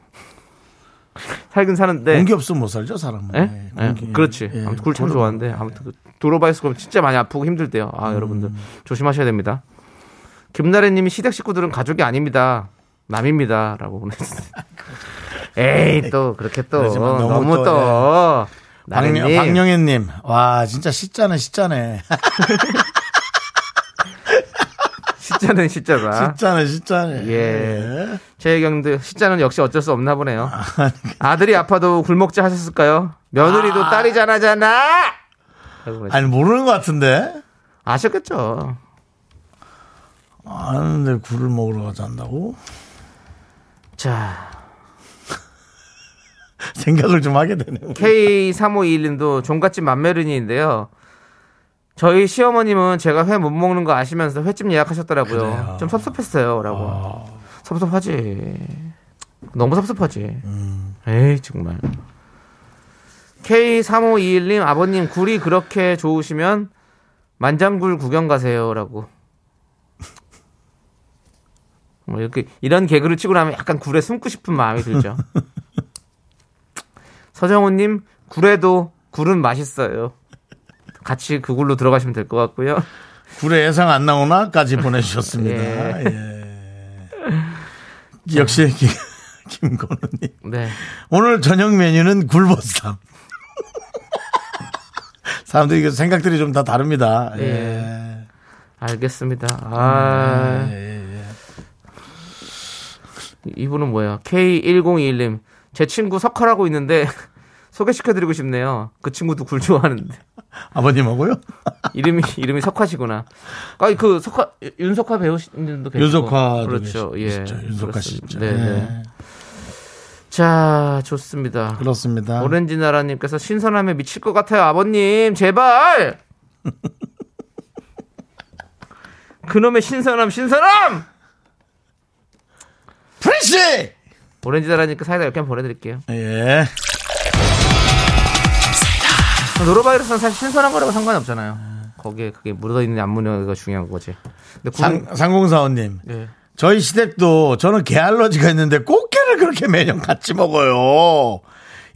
Speaker 2: 살긴 사는데.
Speaker 1: 공기 없으면 못 살죠 사람은.
Speaker 2: 예?
Speaker 1: 예,
Speaker 2: 예,
Speaker 1: 공기.
Speaker 2: 그렇지.
Speaker 1: 예,
Speaker 2: 아무튼 굴 참
Speaker 1: 그래도-
Speaker 2: 좋아하는데 아무튼 그 도로바이스 그럼 진짜 많이 아프고 힘들대요. 아
Speaker 1: 음.
Speaker 2: 여러분들 조심하셔야 됩니다. 김나래님이 시댁 식구들은 가족이 아닙니다. 남입니다라고 보냈어요. 에이 또 그렇게 또
Speaker 1: 그러지만
Speaker 2: 너무,
Speaker 1: 너무 또, 예.
Speaker 2: 또
Speaker 1: 박령,
Speaker 2: 나래님
Speaker 1: 박령혜님, 와 진짜 시짜네 시짜네
Speaker 2: 아? 시자는 시자다.
Speaker 1: 시짜네 시짜네.
Speaker 2: 예. 최혜경님도 시자는 역시 어쩔 수 없나 보네요. 아들이 아파도 굴먹지 하셨을까요? 며느리도 딸이잖아잖아. 라고 보냈어요.
Speaker 1: 아니 모르는 것 같은데.
Speaker 2: 아셨겠죠.
Speaker 1: 아는데 굴을 먹으러 가자한다고
Speaker 2: 자
Speaker 1: 생각을 좀 하게 되네요.
Speaker 2: K3521님도 종갓집 맘메르니인데요. 저희 시어머님은 제가 회 못 먹는 거 아시면서 횟집 예약하셨더라고요. 좀 섭섭했어요. 라고. 섭섭하지. 너무 섭섭하지. 에이, 정말. K3521님, 아버님, 굴이 그렇게 좋으시면 만장굴 구경 가세요. 라고. 뭐 이렇게 이런 개그를 치고 나면 약간 굴에 숨고 싶은 마음이 들죠. 서정훈님 굴에도 굴은 맛있어요. 같이 그 굴로 들어가시면 될 것 같고요.
Speaker 1: 굴의 예상 안 나오나까지 보내주셨습니다. 예. 역시 김- 김건우님
Speaker 2: 네,
Speaker 1: 오늘 저녁 메뉴는 굴보쌈. 사람들이 그 생각들이 좀 다 다릅니다. 예.
Speaker 2: 알겠습니다. 아,
Speaker 1: 예.
Speaker 2: 이분은 뭐야? K1021님 제 친구 석화라고 있는데 소개시켜드리고 싶네요. 그 친구도 굴 좋아하는데
Speaker 1: 아버님하고요?
Speaker 2: 이름이 이름이 석화시구나. 아니 그 석화 윤석화 배우신분도 계시고
Speaker 1: 윤석화
Speaker 2: 그렇죠. 예,
Speaker 1: 윤석화 씨 예.
Speaker 2: 그렇습니다.
Speaker 1: 진짜.
Speaker 2: 네, 네. 자, 좋습니다.
Speaker 1: 그렇습니다.
Speaker 2: 오렌지 나라님께서 신선함에 미칠 것 같아요, 아버님. 제발! 그놈의 신선함, 신선함!
Speaker 1: 프레시!
Speaker 2: 오렌지 나라님께 사이다 이렇게 보내드릴게요.
Speaker 1: 예.
Speaker 2: 노로바이러스는 사실 신선한 거라고 상관없잖아요. 거기에 그게 묻어있는 안 묻어가 중요한 거지. 근데 구름-
Speaker 1: 상, 상공사원님.
Speaker 2: 예.
Speaker 1: 저희 시댁도 저는 개 알러지가 있는데 꽃게를 그렇게 매년 같이 먹어요.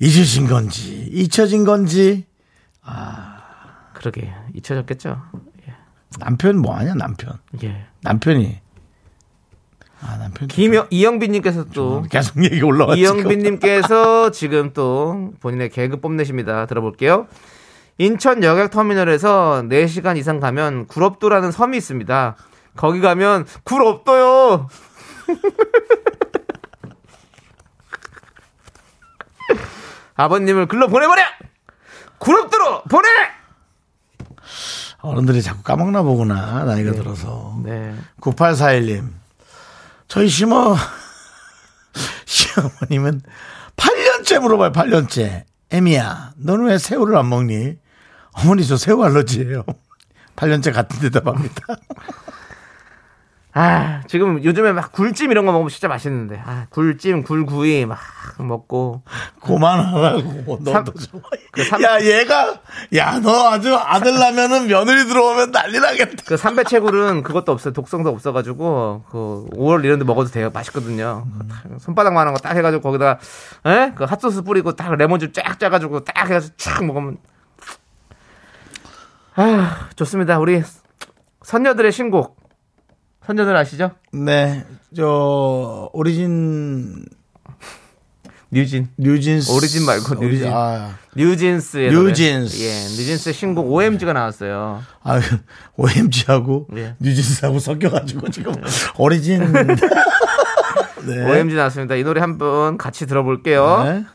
Speaker 1: 잊으신 건지, 잊혀진 건지.
Speaker 2: 그러게 잊혀졌겠죠.
Speaker 1: 남편 뭐하냐, 남편.
Speaker 2: 예.
Speaker 1: 남편이. 아, 남편.
Speaker 2: 김영 이영빈님께서 또
Speaker 1: 계속 얘기 올라왔지.
Speaker 2: 이영빈님께서 지금 또 본인의 개그 뽐내십니다. 들어볼게요. 인천 역역터미널에서 4시간 이상 가면 구럽도라는 섬이 있습니다. 거기 가면 구럽도요. 아버님을 글로 보내버려. 구럽도로 보내래.
Speaker 1: 어른들이 자꾸 까먹나 보구나,
Speaker 2: 예.
Speaker 1: 나이가 들어서.
Speaker 2: 네.
Speaker 1: 9841님. 저희 시모, 시어머님은 8년째 물어봐요, 8년째. 애미야, 너는 왜 새우를 안 먹니? 어머니, 저 새우 알러지예요. 8년째 같은 대답합니다.
Speaker 2: 아, 지금 요즘에 막 굴찜 이런 거 먹으면 진짜 맛있는데. 아, 굴찜, 굴구이 막 먹고.
Speaker 1: 그만하라고.
Speaker 2: 삼-
Speaker 1: 너도 좋아해.
Speaker 2: 그 삼-
Speaker 1: 야, 얘가, 야, 너 아주 아들 나면은 며느리 들어오면 난리 나겠다.
Speaker 2: 그 삼배채굴은 그것도 없어요. 독성도 없어가지고, 그 5월 이런 데 먹어도 돼요. 맛있거든요. 그거 다
Speaker 1: 음.
Speaker 2: 손바닥만 한 거 딱 해가지고 거기다가, 에? 그 핫소스 뿌리고 딱 레몬즙 쫙 짜가지고 딱 해가지고 쫙 먹으면. 아, 좋습니다. 우리 선녀들의 신곡. 선녀들 아시죠?
Speaker 1: 네, 저, 오리진,
Speaker 2: 뉴진.
Speaker 1: 뉴진스.
Speaker 2: 오리진 말고
Speaker 1: 오리진-
Speaker 2: 뉴진.
Speaker 1: 아.
Speaker 2: 뉴진스의.
Speaker 1: 뉴진스.
Speaker 2: 노래. 예, 뉴진스의 신곡 OMG가 나왔어요.
Speaker 1: 아, OMG하고
Speaker 2: 예.
Speaker 1: 뉴진스하고 섞여가지고 지금 오리진. 네.
Speaker 2: OMG 나왔습니다. 이 노래 한번 같이 들어볼게요.
Speaker 1: 네.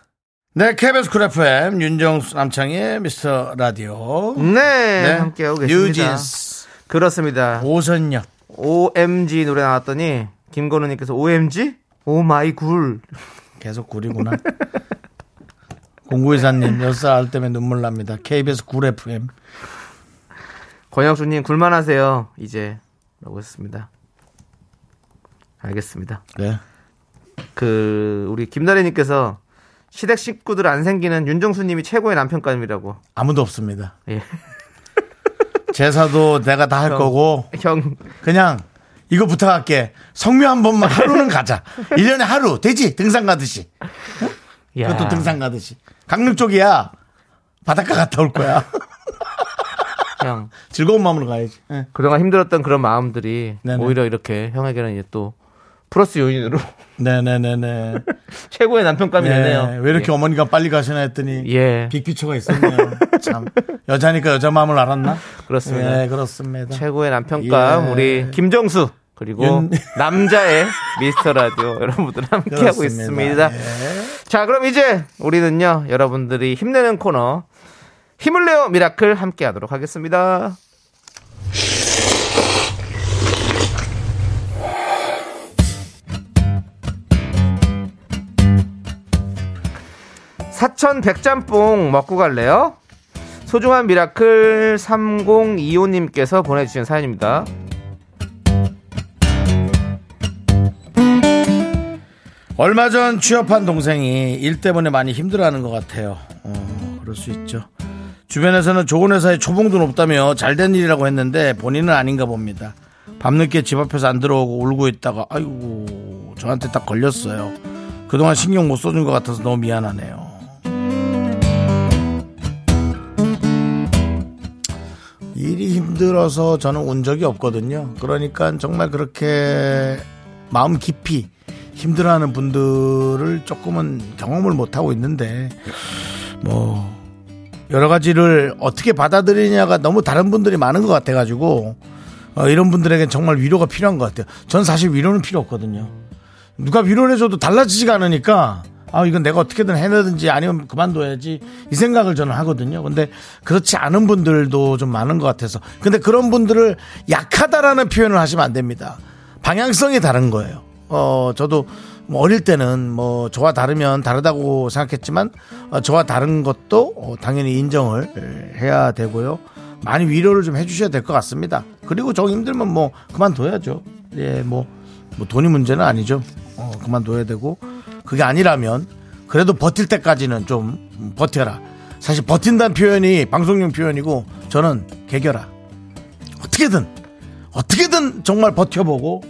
Speaker 1: 네, KBS 쿨 FM 윤정수 남창의 미스터 라디오.
Speaker 2: 네, 함께하고 계십니다.
Speaker 1: 뉴진스
Speaker 2: 그렇습니다.
Speaker 1: 오선엽.
Speaker 2: OMG 노래 나왔더니 김건우님께서 OMG? 오 마이 굴.
Speaker 1: 계속 구리구나. 공구이사님 몇살알 때문에 눈물 납니다. KBS 쿨 FM.
Speaker 2: 권영수님 굴만하세요. 이제라고 했습니다. 알겠습니다.
Speaker 1: 네.
Speaker 2: 그 우리 김나래님께서 시댁 식구들 안 생기는 윤정수님이 최고의 남편감이라고.
Speaker 1: 아무도 없습니다.
Speaker 2: 예.
Speaker 1: 제사도 내가 다 할 거고
Speaker 2: 형
Speaker 1: 그냥 이거 부탁할게. 성묘 한 번만 하루는 가자. 1년에 하루 되지? 등산 가듯이.
Speaker 2: 야.
Speaker 1: 그것도 등산 가듯이. 강릉 쪽이야. 바닷가 갔다 올 거야.
Speaker 2: 형
Speaker 1: 즐거운 마음으로 가야지. 예.
Speaker 2: 그동안 힘들었던 그런 마음들이
Speaker 1: 네네.
Speaker 2: 오히려 이렇게 형에게는 이제 또 플러스 요인으로
Speaker 1: 네네네네.
Speaker 2: 최고의 남편감이 되네요.
Speaker 1: 네, 왜 이렇게 어머니가 빨리 가시나 했더니
Speaker 2: 예.
Speaker 1: 빅피처가 있었네요. 참 여자니까 여자 마음을 알았나?
Speaker 2: 그렇습니다.
Speaker 1: 예, 그렇습니다.
Speaker 2: 최고의 남편감
Speaker 1: 예.
Speaker 2: 우리 김정수 그리고
Speaker 1: 윤-
Speaker 2: 남자의 미스터 라디오 여러분들 함께 하고
Speaker 1: 그렇습니다. 예.
Speaker 2: 있습니다. 자, 그럼 이제 우리는요 여러분들이 힘내는 코너 힘을 내요 미라클 함께 하도록 하겠습니다. 사천 백짬뽕 먹고 갈래요? 소중한 미라클 3025님께서 보내주신 사연입니다.
Speaker 1: 얼마 전 취업한 동생이 일 때문에 많이 힘들어하는 것 같아요. 어, 그럴 수 있죠. 주변에서는 좋은 회사에 초봉도 높다며 잘된 일이라고 했는데 본인은 아닌가 봅니다. 밤늦게 집 앞에서 안 들어오고 울고 있다가 아이고 저한테 딱 걸렸어요. 그동안 신경 못 써준 것 같아서 너무 미안하네요. 일이 힘들어서 저는 운 적이 없거든요. 그러니까 정말 그렇게 마음 깊이 힘들어하는 분들을 조금은 경험을 못하고 있는데 뭐 여러 가지를 어떻게 받아들이냐가 너무 다른 분들이 많은 것 같아가지고 어, 이런 분들에겐 정말 위로가 필요한 것 같아요. 전 사실 위로는 필요 없거든요. 누가 위로를 해줘도 달라지지가 않으니까 아 이건 내가 어떻게든 해내든지 아니면 그만둬야지 이 생각을 저는 하거든요. 근데 그렇지 않은 분들도 좀 많은 것 같아서 근데 그런 분들을 약하다라는 표현을 하시면 안 됩니다. 방향성이 다른 거예요. 어 저도 뭐 어릴 때는 뭐 저와 다르면 다르다고 생각했지만 어, 저와 다른 것도 어, 당연히 인정을 에, 해야 되고요. 많이 위로를 좀 해주셔야 될 것 같습니다. 그리고 저 힘들면 뭐 그만둬야죠. 예, 뭐, 뭐 돈이 문제는 아니죠. 어, 그만둬야 되고 그게 아니라면 그래도 버틸 때까지는 좀 버텨라. 사실 버틴다는 표현이 방송용 표현이고 저는 개겨라. 어떻게든 어떻게든 정말 버텨보고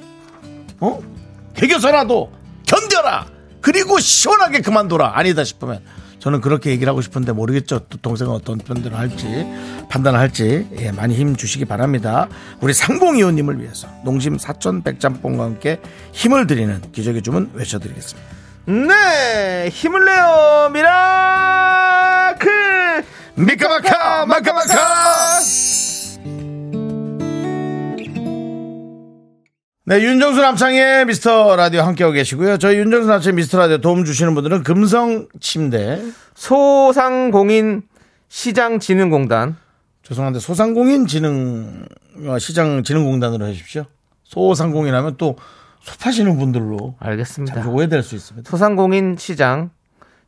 Speaker 1: 어? 개겨서라도 견뎌라. 그리고 시원하게 그만둬라. 아니다 싶으면 저는 그렇게 얘기를 하고 싶은데 모르겠죠. 또 동생은 어떤 편들을 할지 판단을 할지 예, 많이 힘 주시기 바랍니다. 우리 상봉이호님을 위해서 농심 사천 백짬뽕과 함께 힘을 드리는 기적의 주문 외쳐드리겠습니다.
Speaker 2: 네, 힘을 내요 미라클.
Speaker 1: 미카마카 마카마카 네, 윤정수 남창의 미스터 라디오 함께하고 계시고요. 저희 윤정수 남창의 미스터 라디오 도움 주시는 분들은 금성 침대.
Speaker 2: 소상공인 시장진흥공단
Speaker 1: 죄송한데 소상공인 진흥 어, 시장 진흥공단으로 해주십시오. 소상공인 하면 또 소파시는 분들로
Speaker 2: 알겠습니다.
Speaker 1: 잠시 오해될 수 있습니다.
Speaker 2: 소상공인 시장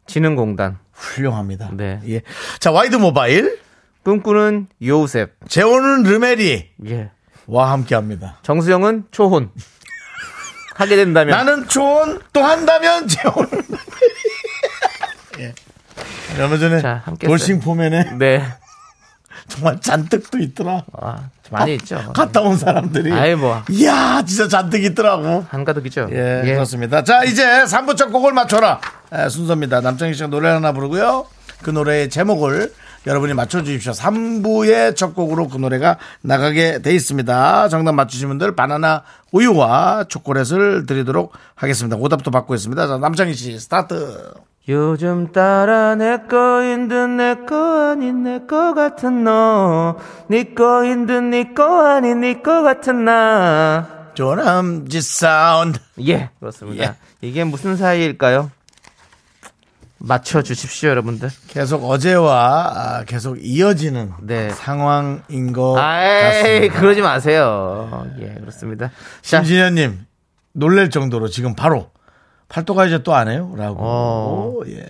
Speaker 2: 진흥공단
Speaker 1: 훌륭합니다.
Speaker 2: 네.
Speaker 1: 예. 자, 와이드 모바일
Speaker 2: 꿈꾸는 요셉
Speaker 1: 재원은 르메리와
Speaker 2: 예
Speaker 1: 함께합니다.
Speaker 2: 정수영은 초혼 하게 된다면
Speaker 1: 나는 좋은 또 한다면 재원. 예. 얼마 전에
Speaker 2: 자, 함께
Speaker 1: 돌싱 포맨에
Speaker 2: 네
Speaker 1: 정말 잔뜩도 있더라.
Speaker 2: 아, 많이 있죠
Speaker 1: 갔다 온 사람들이.
Speaker 2: 아이 뭐
Speaker 1: 이야, 진짜 잔뜩 있더라고.
Speaker 2: 한가득이죠
Speaker 1: 예, 그렇습니다. 자, 이제 3부 첫 곡을 맞춰라. 예, 순서입니다. 남창희 씨가 노래 하나 부르고요. 그 노래의 제목을 여러분이 맞춰주십시오. 3부의 첫 곡으로 그 노래가 나가게 돼 있습니다. 정답 맞추신 분들 바나나 우유와 초콜릿을 드리도록 하겠습니다. 오답도 받고 있습니다. 자, 남창희 씨 스타트.
Speaker 2: 요즘 따라 내 거인 듯내 거 아닌 내 거 같은 너네 거인 듯네 거 아닌 네 거 같은 나예
Speaker 1: 조남지 사운드.
Speaker 2: 그렇습니다 이게 무슨 사이일까요 맞춰 주십시오 여러분들
Speaker 1: 계속 어제와 아, 계속 이어지는
Speaker 2: 네.
Speaker 1: 상황인 것
Speaker 2: 아이
Speaker 1: 같습니다.
Speaker 2: 그러지 마세요 예 그렇습니다 자
Speaker 1: 김진현님 놀랄 정도로 지금 바로 팔도가 이제 또 안 해요? 라고
Speaker 2: 어.
Speaker 1: 오, 예.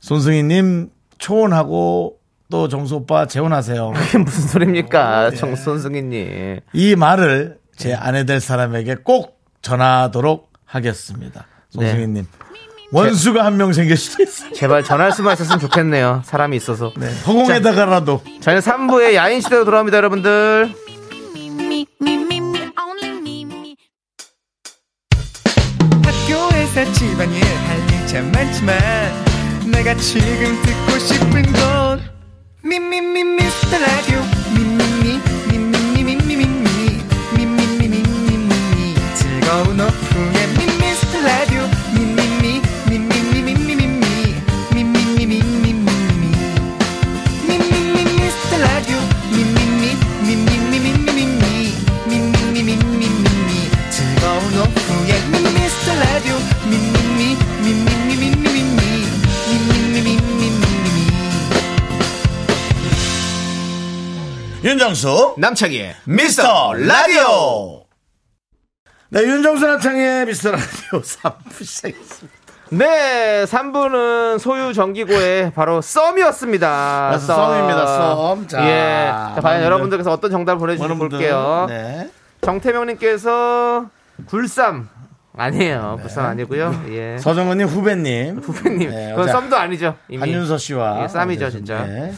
Speaker 1: 손승희님 초혼하고 또 정수 오빠 재혼하세요
Speaker 2: 이게 무슨
Speaker 1: 어,
Speaker 2: 소리입니까
Speaker 1: 예.
Speaker 2: 정선승이님
Speaker 1: 이 말을 제 아내 될 사람에게 꼭 전하도록 하겠습니다 손승희님 원수가 한 명 생길 수도 있어요
Speaker 2: 제발 전할 수만 있었으면 좋겠네요 사람이 있어서
Speaker 1: 허공에다가라도
Speaker 2: 저희는 3부의 야인 시대로 돌아옵니다 여러분들
Speaker 8: me, me, me, me, only me, me.
Speaker 4: 학교에서 집안일 할 일 참 많지만 내가 지금 듣고 싶은 건 미미미 미스터 라디오 미미미 미미미 미미미 미미미 미미미 즐거운 오후에 미스터 라디오 미미미 미미미 미미미 미미미 미미미
Speaker 1: 윤정수
Speaker 2: 남창희의
Speaker 1: 미스터 라디오 네 윤정수 남창의 미스터 라디오 3부 시작했습니다
Speaker 2: 네, 3부는 소유 정기고의 바로 썸이었습니다.
Speaker 1: 그래서 썸입니다, 썸. 자,
Speaker 2: 예. 자, 과연
Speaker 1: 많은
Speaker 2: 여러분들께서 어떤 정답을 보내주실지
Speaker 1: 많은 분들,
Speaker 2: 볼게요.
Speaker 1: 네.
Speaker 2: 정태명님께서 굴쌈. 아니에요. 굴쌈 아니고요. 예.
Speaker 1: 네. 서정은님 후배님
Speaker 2: 선배님.
Speaker 1: 네,
Speaker 2: 그건
Speaker 1: 어제
Speaker 2: 썸도 아니죠. 이미.
Speaker 1: 한윤서 씨와
Speaker 2: 예, 쌈이죠,
Speaker 1: 네,
Speaker 2: 진짜. 네.
Speaker 1: 네.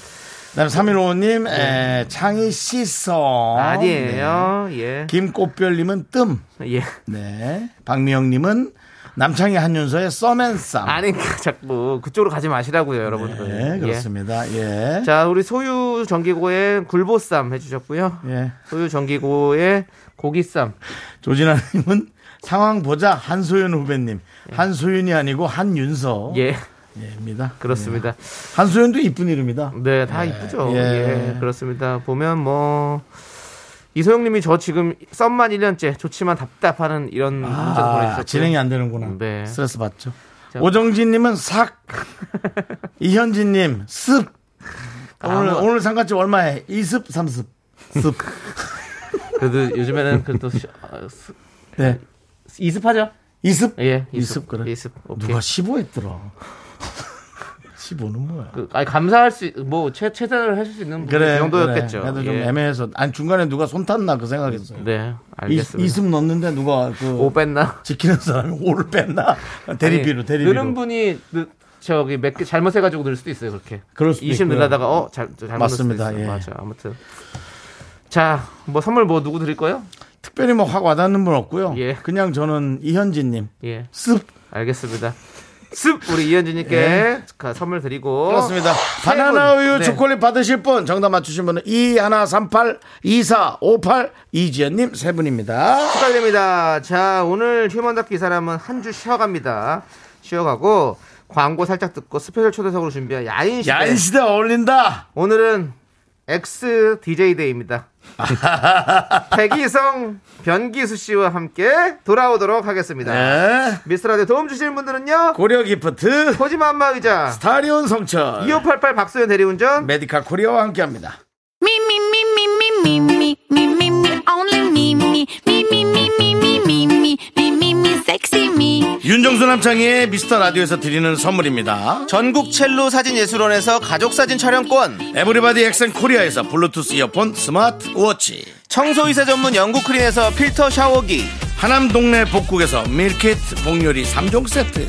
Speaker 1: 그다음에 3155님 창희 씨 썸.
Speaker 2: 아니에요.
Speaker 1: 네.
Speaker 2: 예.
Speaker 1: 김꽃별님은 뜸.
Speaker 2: 예.
Speaker 1: 네. 박미영님은 남창희 한윤서의 썸앤쌈.
Speaker 2: 아니, 자꾸 그쪽으로 가지 마시라고요, 여러분들.
Speaker 1: 네, 그렇습니다. 예.
Speaker 2: 예. 자, 우리 소유 정기고의 굴보쌈 해주셨고요.
Speaker 1: 예.
Speaker 2: 소유 정기고의 고기쌈.
Speaker 1: 조진아님은 상황 보자 한소연 후배님. 한소연이 아니고 한윤서.
Speaker 2: 예.
Speaker 1: 예,입니다.
Speaker 2: 그렇습니다.
Speaker 1: 예. 한소연도 이쁜 이름이다.
Speaker 2: 네, 다 이쁘죠.
Speaker 1: 예.
Speaker 2: 예. 그렇습니다. 보면 뭐 이소영님이 저 지금 썸만 1년째 좋지만 답답하는 이런 문자도
Speaker 1: 아,
Speaker 2: 보내주셨죠.
Speaker 1: 진행이 안 되는구나.
Speaker 2: 네.
Speaker 1: 스트레스 받죠.
Speaker 2: 자,
Speaker 1: 오정진님은 삭. 이현진님 습. 오늘
Speaker 2: 아무-
Speaker 1: 오늘 상가집 얼마에? 이습 삼습 습.
Speaker 2: 그래도 요즘에는 그래도 시- 어,
Speaker 1: 네.
Speaker 2: 이습하죠.
Speaker 1: 이습?
Speaker 2: 예,
Speaker 9: 이습, 그래.
Speaker 2: 이습. 오케이.
Speaker 1: 누가 15 했더라. 15는 뭐야?
Speaker 2: 그, 아니 감사할 수뭐 최대한을 하실 수 있는 분이 그 정도였겠죠.
Speaker 1: 그래도 좀
Speaker 2: 예.
Speaker 1: 애매해서 아니 중간에 누가 손 탔나 그 생각했어요.
Speaker 2: 네,
Speaker 1: 이,
Speaker 2: 알겠습니다.
Speaker 1: 이습 넣는데 누가 그
Speaker 2: 오 뺐나?
Speaker 1: 지키는 사람이 오를 뺐나? 대리비로
Speaker 2: 아니,
Speaker 1: 대리비로.
Speaker 2: 늘은 분이 느- 저기 몇 개 잘못해가지고 늘 수도 있어요 그렇게.
Speaker 1: 그럴 수도
Speaker 2: 20
Speaker 1: 있고요.
Speaker 2: 늘다가 어 잘, 잘못
Speaker 1: 맞습니다,
Speaker 2: 넣을 수도
Speaker 1: 예.
Speaker 2: 있어요. 맞아. 아무튼 자 뭐 선물 뭐 누구 드릴 거예요?
Speaker 1: 특별히 뭐 확 와닿는 분 없고요.
Speaker 2: 예.
Speaker 1: 그냥 저는 이현진님
Speaker 2: 예,
Speaker 1: 습
Speaker 2: 알겠습니다. 습 우리 이현진님께
Speaker 1: 예.
Speaker 2: 가- 선물 드리고
Speaker 1: 그렇습니다.
Speaker 2: 세
Speaker 1: 아, 바나나
Speaker 2: 분.
Speaker 1: 우유
Speaker 2: 네.
Speaker 1: 초콜릿 받으실 분 정답 맞추신 분은 2138 2458 이지연님 세 분입니다.
Speaker 2: 축하드립니다. 자, 오늘 휴먼 다큐 이 사람은 한 주 쉬어갑니다. 쉬어가고 광고 살짝 듣고 스페셜 초대석으로 준비한 야인 시대.
Speaker 1: 야인 시대 어울린다.
Speaker 2: 오늘은 X DJ 데이입니다. 백이성 변기수 씨와 함께 돌아오도록 하겠습니다.
Speaker 1: 네.
Speaker 2: 미스라디오 도움 주시는 분들은요.
Speaker 1: 고려 기프트
Speaker 2: 코지마 안마 의자,
Speaker 1: 스타리온 성철
Speaker 2: 2588 박소연 대리운전,
Speaker 1: 메디카 코리아와 함께합니다.
Speaker 8: Me, me, me, me, me, me, me, me, me, me, only me, me, me, me, me, me, me, me, me, me, me, me, sexy me.
Speaker 1: 윤정수 남창희의 미스터 라디오에서 드리는 선물입니다.
Speaker 5: 전국 첼로 사진 예술원에서 가족 사진 촬영권,
Speaker 1: 에브리바디 엑센 코리아에서 블루투스 이어폰 스마트 워치
Speaker 5: 청소이사 전문 영국 크린에서 필터 샤워기,
Speaker 1: 하남 동네 복국에서 밀키트 복요리 3종 세트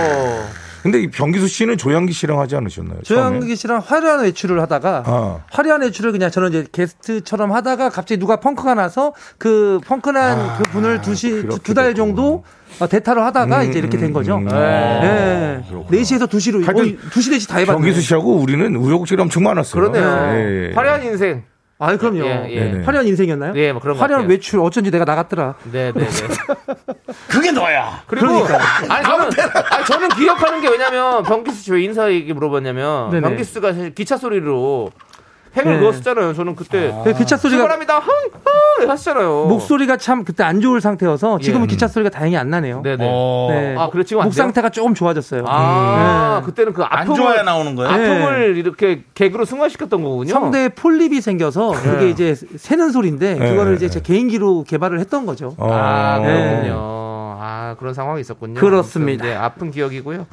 Speaker 9: 근데 이 변기수 씨는 조양기 씨랑 하지 않으셨나요? 처음에?
Speaker 4: 조영기 씨랑 화려한 외출을 하다가
Speaker 9: 아.
Speaker 4: 화려한 외출을 그냥 저는 이제 게스트처럼 하다가 갑자기 누가 펑크가 나서 그 펑크난 그 분을 두시
Speaker 9: 그렇게
Speaker 4: 두 달
Speaker 9: 됐구나.
Speaker 4: 정도 어, 대타로 하다가 이제 이렇게 된 거죠.
Speaker 9: 음.
Speaker 4: 네. 네. 시에서 2시로
Speaker 9: 하여튼
Speaker 4: 어, 2시 4시 다 해봤네요.
Speaker 9: 변기수 씨하고 우리는 우여곡절이 엄청 많았어요.
Speaker 2: 그러네요.
Speaker 9: 예, 예.
Speaker 2: 화려한 인생.
Speaker 4: 아, 그럼요.
Speaker 2: 예, 예.
Speaker 9: 네네.
Speaker 4: 화려한 인생이었나요?
Speaker 2: 예, 뭐 그런 것
Speaker 4: 화려한
Speaker 2: 같아요.
Speaker 4: 외출 어쩐지 내가 나갔더라.
Speaker 2: 네, 네, 네.
Speaker 1: 그게 너야. 그러니까.
Speaker 2: 그리고 아니 저는 아니 저는 기억하는 게 왜냐면 변기수 씨 왜 인사 얘기 물어봤냐면
Speaker 4: 네네.
Speaker 2: 변기수가 사실 기차 소리로 횡을
Speaker 4: 네.
Speaker 2: 그었었잖아요. 저는 그때
Speaker 4: 그 기차 소리가
Speaker 2: 출발합니다. 흥흥 하시잖아요.
Speaker 4: 목소리가 참 그때 안 좋을 상태여서 지금은
Speaker 2: 예.
Speaker 4: 기차 소리가 다행히 안 나네요.
Speaker 2: 네네.
Speaker 1: 어.
Speaker 4: 네.
Speaker 2: 아, 그래, 지금 안
Speaker 4: 목
Speaker 2: 돼요?
Speaker 4: 상태가 조금 좋아졌어요.
Speaker 2: 아 그때는 그
Speaker 1: 음. 안 좋아야
Speaker 2: 아픔을
Speaker 1: 나오는 거야.
Speaker 4: 네.
Speaker 2: 아픔을 이렇게 개그로 승화시켰던 거군요.
Speaker 4: 성대에 폴립이 생겨서 그게 이제 새는 소리인데
Speaker 9: 네.
Speaker 4: 그거를 이제 제 개인기로 개발을 했던 거죠.
Speaker 9: 어.
Speaker 2: 아
Speaker 4: 네.
Speaker 2: 그렇군요. 아 그런 상황이 있었군요.
Speaker 4: 그렇습니다.
Speaker 2: 아무튼, 네, 아픈 기억이고요.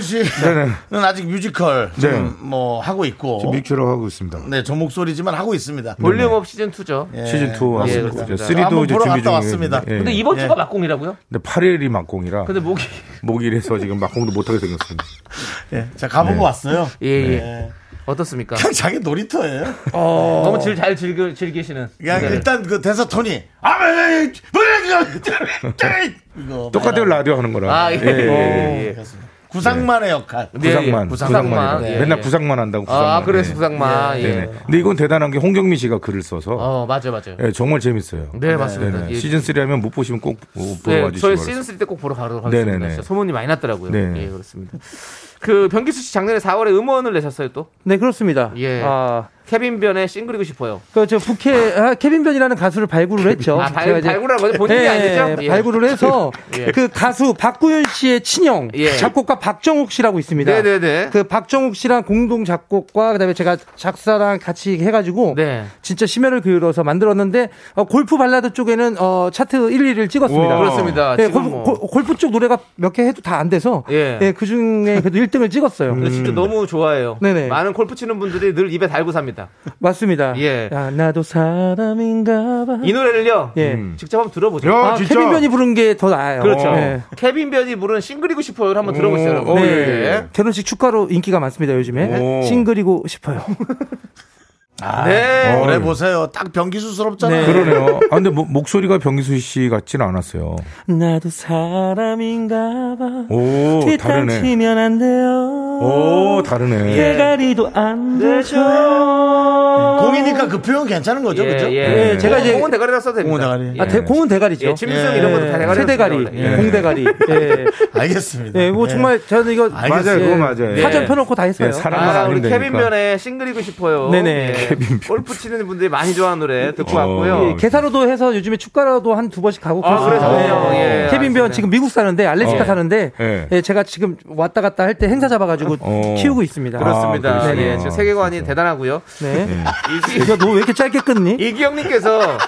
Speaker 1: 씨는 아직 뮤지컬
Speaker 9: 네.
Speaker 1: 지금 뭐 하고 있고.
Speaker 9: 지금 믹스로 하고 있습니다.
Speaker 1: 네, 저 목소리지만 하고 있습니다.
Speaker 4: 네.
Speaker 2: 볼륨업 시즌 2죠.
Speaker 1: 예.
Speaker 9: 네, 시즌 2 왔고
Speaker 2: 예,
Speaker 9: 이제
Speaker 2: 그렇습니다.
Speaker 9: 3도
Speaker 1: 한번
Speaker 9: 이제
Speaker 1: 보러
Speaker 9: 준비
Speaker 1: 갔다
Speaker 9: 중이에요.
Speaker 1: 왔습니다.
Speaker 9: 예.
Speaker 2: 근데
Speaker 9: 근데
Speaker 2: 이번
Speaker 1: 예.
Speaker 2: 주가 막공이라고요?
Speaker 9: 8일이 막공이라
Speaker 2: 근데 뭐 목이
Speaker 9: 목일에서 지금 막공도 못 하게 생겼습니다.
Speaker 1: 예. 자,
Speaker 4: 네.
Speaker 1: 가보고 왔어요.
Speaker 2: 예, 예.
Speaker 1: 예.
Speaker 2: 어떻습니까?
Speaker 1: 그냥 자기 놀이터예요.
Speaker 9: 어.
Speaker 2: 너무 즐, 잘 즐겨, 즐기시는.
Speaker 1: 그냥
Speaker 2: 네.
Speaker 1: 일단 그 대사 톤이 아, 왜, 왜, 왜, 왜, 왜, 왜, 왜, 이거
Speaker 9: 똑같아요
Speaker 1: 말하는
Speaker 9: 라디오 하는 거라.
Speaker 2: 아, 예. 예, 예.
Speaker 9: 어.
Speaker 1: 거였습니다. 구상만의 역할.
Speaker 9: 네, 구상만,
Speaker 1: 예,
Speaker 9: 구상만.
Speaker 1: 구상만. 예,
Speaker 9: 맨날
Speaker 1: 예.
Speaker 9: 구상만 한다고.
Speaker 1: 아, 그래서 구상만, 예.
Speaker 9: 네네. 근데 이건 대단한 게 홍경민 씨가 글을 써서.
Speaker 2: 어, 맞아요, 맞아요.
Speaker 9: 예, 정말 재밌어요.
Speaker 2: 네, 맞습니다. 예.
Speaker 9: 시즌 3 하면 못 보시면 꼭 보- 보러
Speaker 2: 네,
Speaker 9: 와주시기
Speaker 2: 저희
Speaker 9: 바랍니다.
Speaker 2: 시즌 3 때 꼭 보러 가도록
Speaker 9: 네네네.
Speaker 2: 하겠습니다. 진짜 소문이 많이 났더라고요.
Speaker 9: 네.
Speaker 2: 예, 그렇습니다. 그 변기수 씨 작년에 4월에 음원을 내셨어요, 또.
Speaker 4: 네, 그렇습니다.
Speaker 2: 예.
Speaker 4: 아,
Speaker 2: 케빈 변의 싱글이고 싶어요.
Speaker 4: 그저 부캐 아, 케빈변이라는 가수를 발굴을 했죠.
Speaker 2: 아, 발-
Speaker 4: 제가 이제-
Speaker 2: 발굴한 거죠? 본인이 아니죠? 예.
Speaker 4: 네, 발굴을 해서
Speaker 2: 예.
Speaker 4: 그 가수 박구윤 씨의 친형
Speaker 2: 예.
Speaker 4: 작곡가 박정욱 씨라고 있습니다.
Speaker 2: 네네네.
Speaker 4: 그 박정욱 씨랑 공동 작곡과 그다음에 제가 작사랑 같이 해가지고
Speaker 2: 네.
Speaker 4: 진짜 심혈을 기울여서 만들었는데 어, 골프 발라드 쪽에는 어, 차트 1위를 찍었습니다.
Speaker 2: 우와. 그렇습니다.
Speaker 4: 예,
Speaker 2: 지금
Speaker 4: 골프,
Speaker 2: 뭐.
Speaker 4: 골- 골프 쪽 노래가 몇 개 해도 다 안 돼서
Speaker 2: 예.
Speaker 4: 예, 그 중에 그래도 1등을 찍었어요.
Speaker 2: 근데
Speaker 9: 음.
Speaker 2: 진짜 너무 좋아해요.
Speaker 4: 네네.
Speaker 2: 많은 골프 치는 분들이 늘 입에 달고 삽니다.
Speaker 4: 맞습니다.
Speaker 2: 예.
Speaker 4: 아, 나도 사람인가봐.
Speaker 2: 이 노래를요. 음.
Speaker 4: 예.
Speaker 2: 직접 한번 들어보죠.
Speaker 4: 아, 케빈 변이 부른 게 더 나아요.
Speaker 2: 그렇죠.
Speaker 4: 예.
Speaker 2: 케빈 변이 부른 싱글이고 싶어요를 한번 들어보시죠. 여러분.
Speaker 4: 네.
Speaker 2: 예.
Speaker 4: 결혼식 축가로 인기가 많습니다 요즘에.
Speaker 2: 오.
Speaker 4: 싱글이고 싶어요.
Speaker 2: 아,
Speaker 1: 네.
Speaker 9: 어이.
Speaker 1: 노래 보세요. 딱 변기수스럽잖아요.
Speaker 9: 그러네요. 아, 근데 뭐- 목소리가 병기수 씨 같지는 않았어요.
Speaker 4: 나도 사람인가봐.
Speaker 9: 오,
Speaker 2: 어,
Speaker 4: 뒷땅
Speaker 9: 다르네.
Speaker 4: 치면 안 돼요.
Speaker 9: 오, 다르네.
Speaker 4: 대가리도 안
Speaker 2: 네,
Speaker 4: 되죠.
Speaker 1: 공이니까 그 표현 괜찮은 거죠,
Speaker 4: 예,
Speaker 1: 그죠?
Speaker 4: 예. 예, 제가 이제-
Speaker 2: 공은 네. 대가리라 써도 됩니다.
Speaker 1: 공은 대가리.
Speaker 4: 아, 대, 공은 대가리죠.
Speaker 2: 예, 침성 이런 것도 다 대가리로
Speaker 4: 세대가리,
Speaker 2: 씁니다, 원래. 예. 네.
Speaker 4: 공대가리. 예.
Speaker 1: 알겠습니다. 네.
Speaker 4: 예, 뭐 정말 저는 이거
Speaker 9: 알겠어요. 그거 맞아요.
Speaker 4: 사전
Speaker 9: 예.
Speaker 4: 펴놓고 다 했어요.
Speaker 9: 예, 사람만
Speaker 2: 아,
Speaker 9: 아니면
Speaker 2: 우리
Speaker 9: 되니까.
Speaker 2: 케빈 변의 싱글이고 싶어요.
Speaker 4: 네네.
Speaker 2: 케빈 골프 치는 분들이 많이 좋아하는 노래 듣고
Speaker 9: 어.
Speaker 2: 왔고요.
Speaker 4: 예, 개사로도 해서 요즘에 축가로도 한 두 번씩 가고
Speaker 2: 아,
Speaker 4: 그렇습니다.
Speaker 2: 그러셨네요.
Speaker 4: 예.
Speaker 2: 예, 어.
Speaker 4: 케빈 변 지금 미국 사는데 알래스카
Speaker 9: 예.
Speaker 4: 사는데
Speaker 9: 예.
Speaker 4: 예, 제가 지금 왔다 갔다 할 때 행사 잡아가지고
Speaker 9: 어.
Speaker 4: 키우고 있습니다.
Speaker 2: 그렇습니다.
Speaker 9: 아, 그러시구나.
Speaker 2: 예, 지금 세계관이 대단하고요.
Speaker 4: 네.
Speaker 2: 이기-
Speaker 4: 이거 너왜 이렇게 짧게 끊니?
Speaker 2: 이기영님께서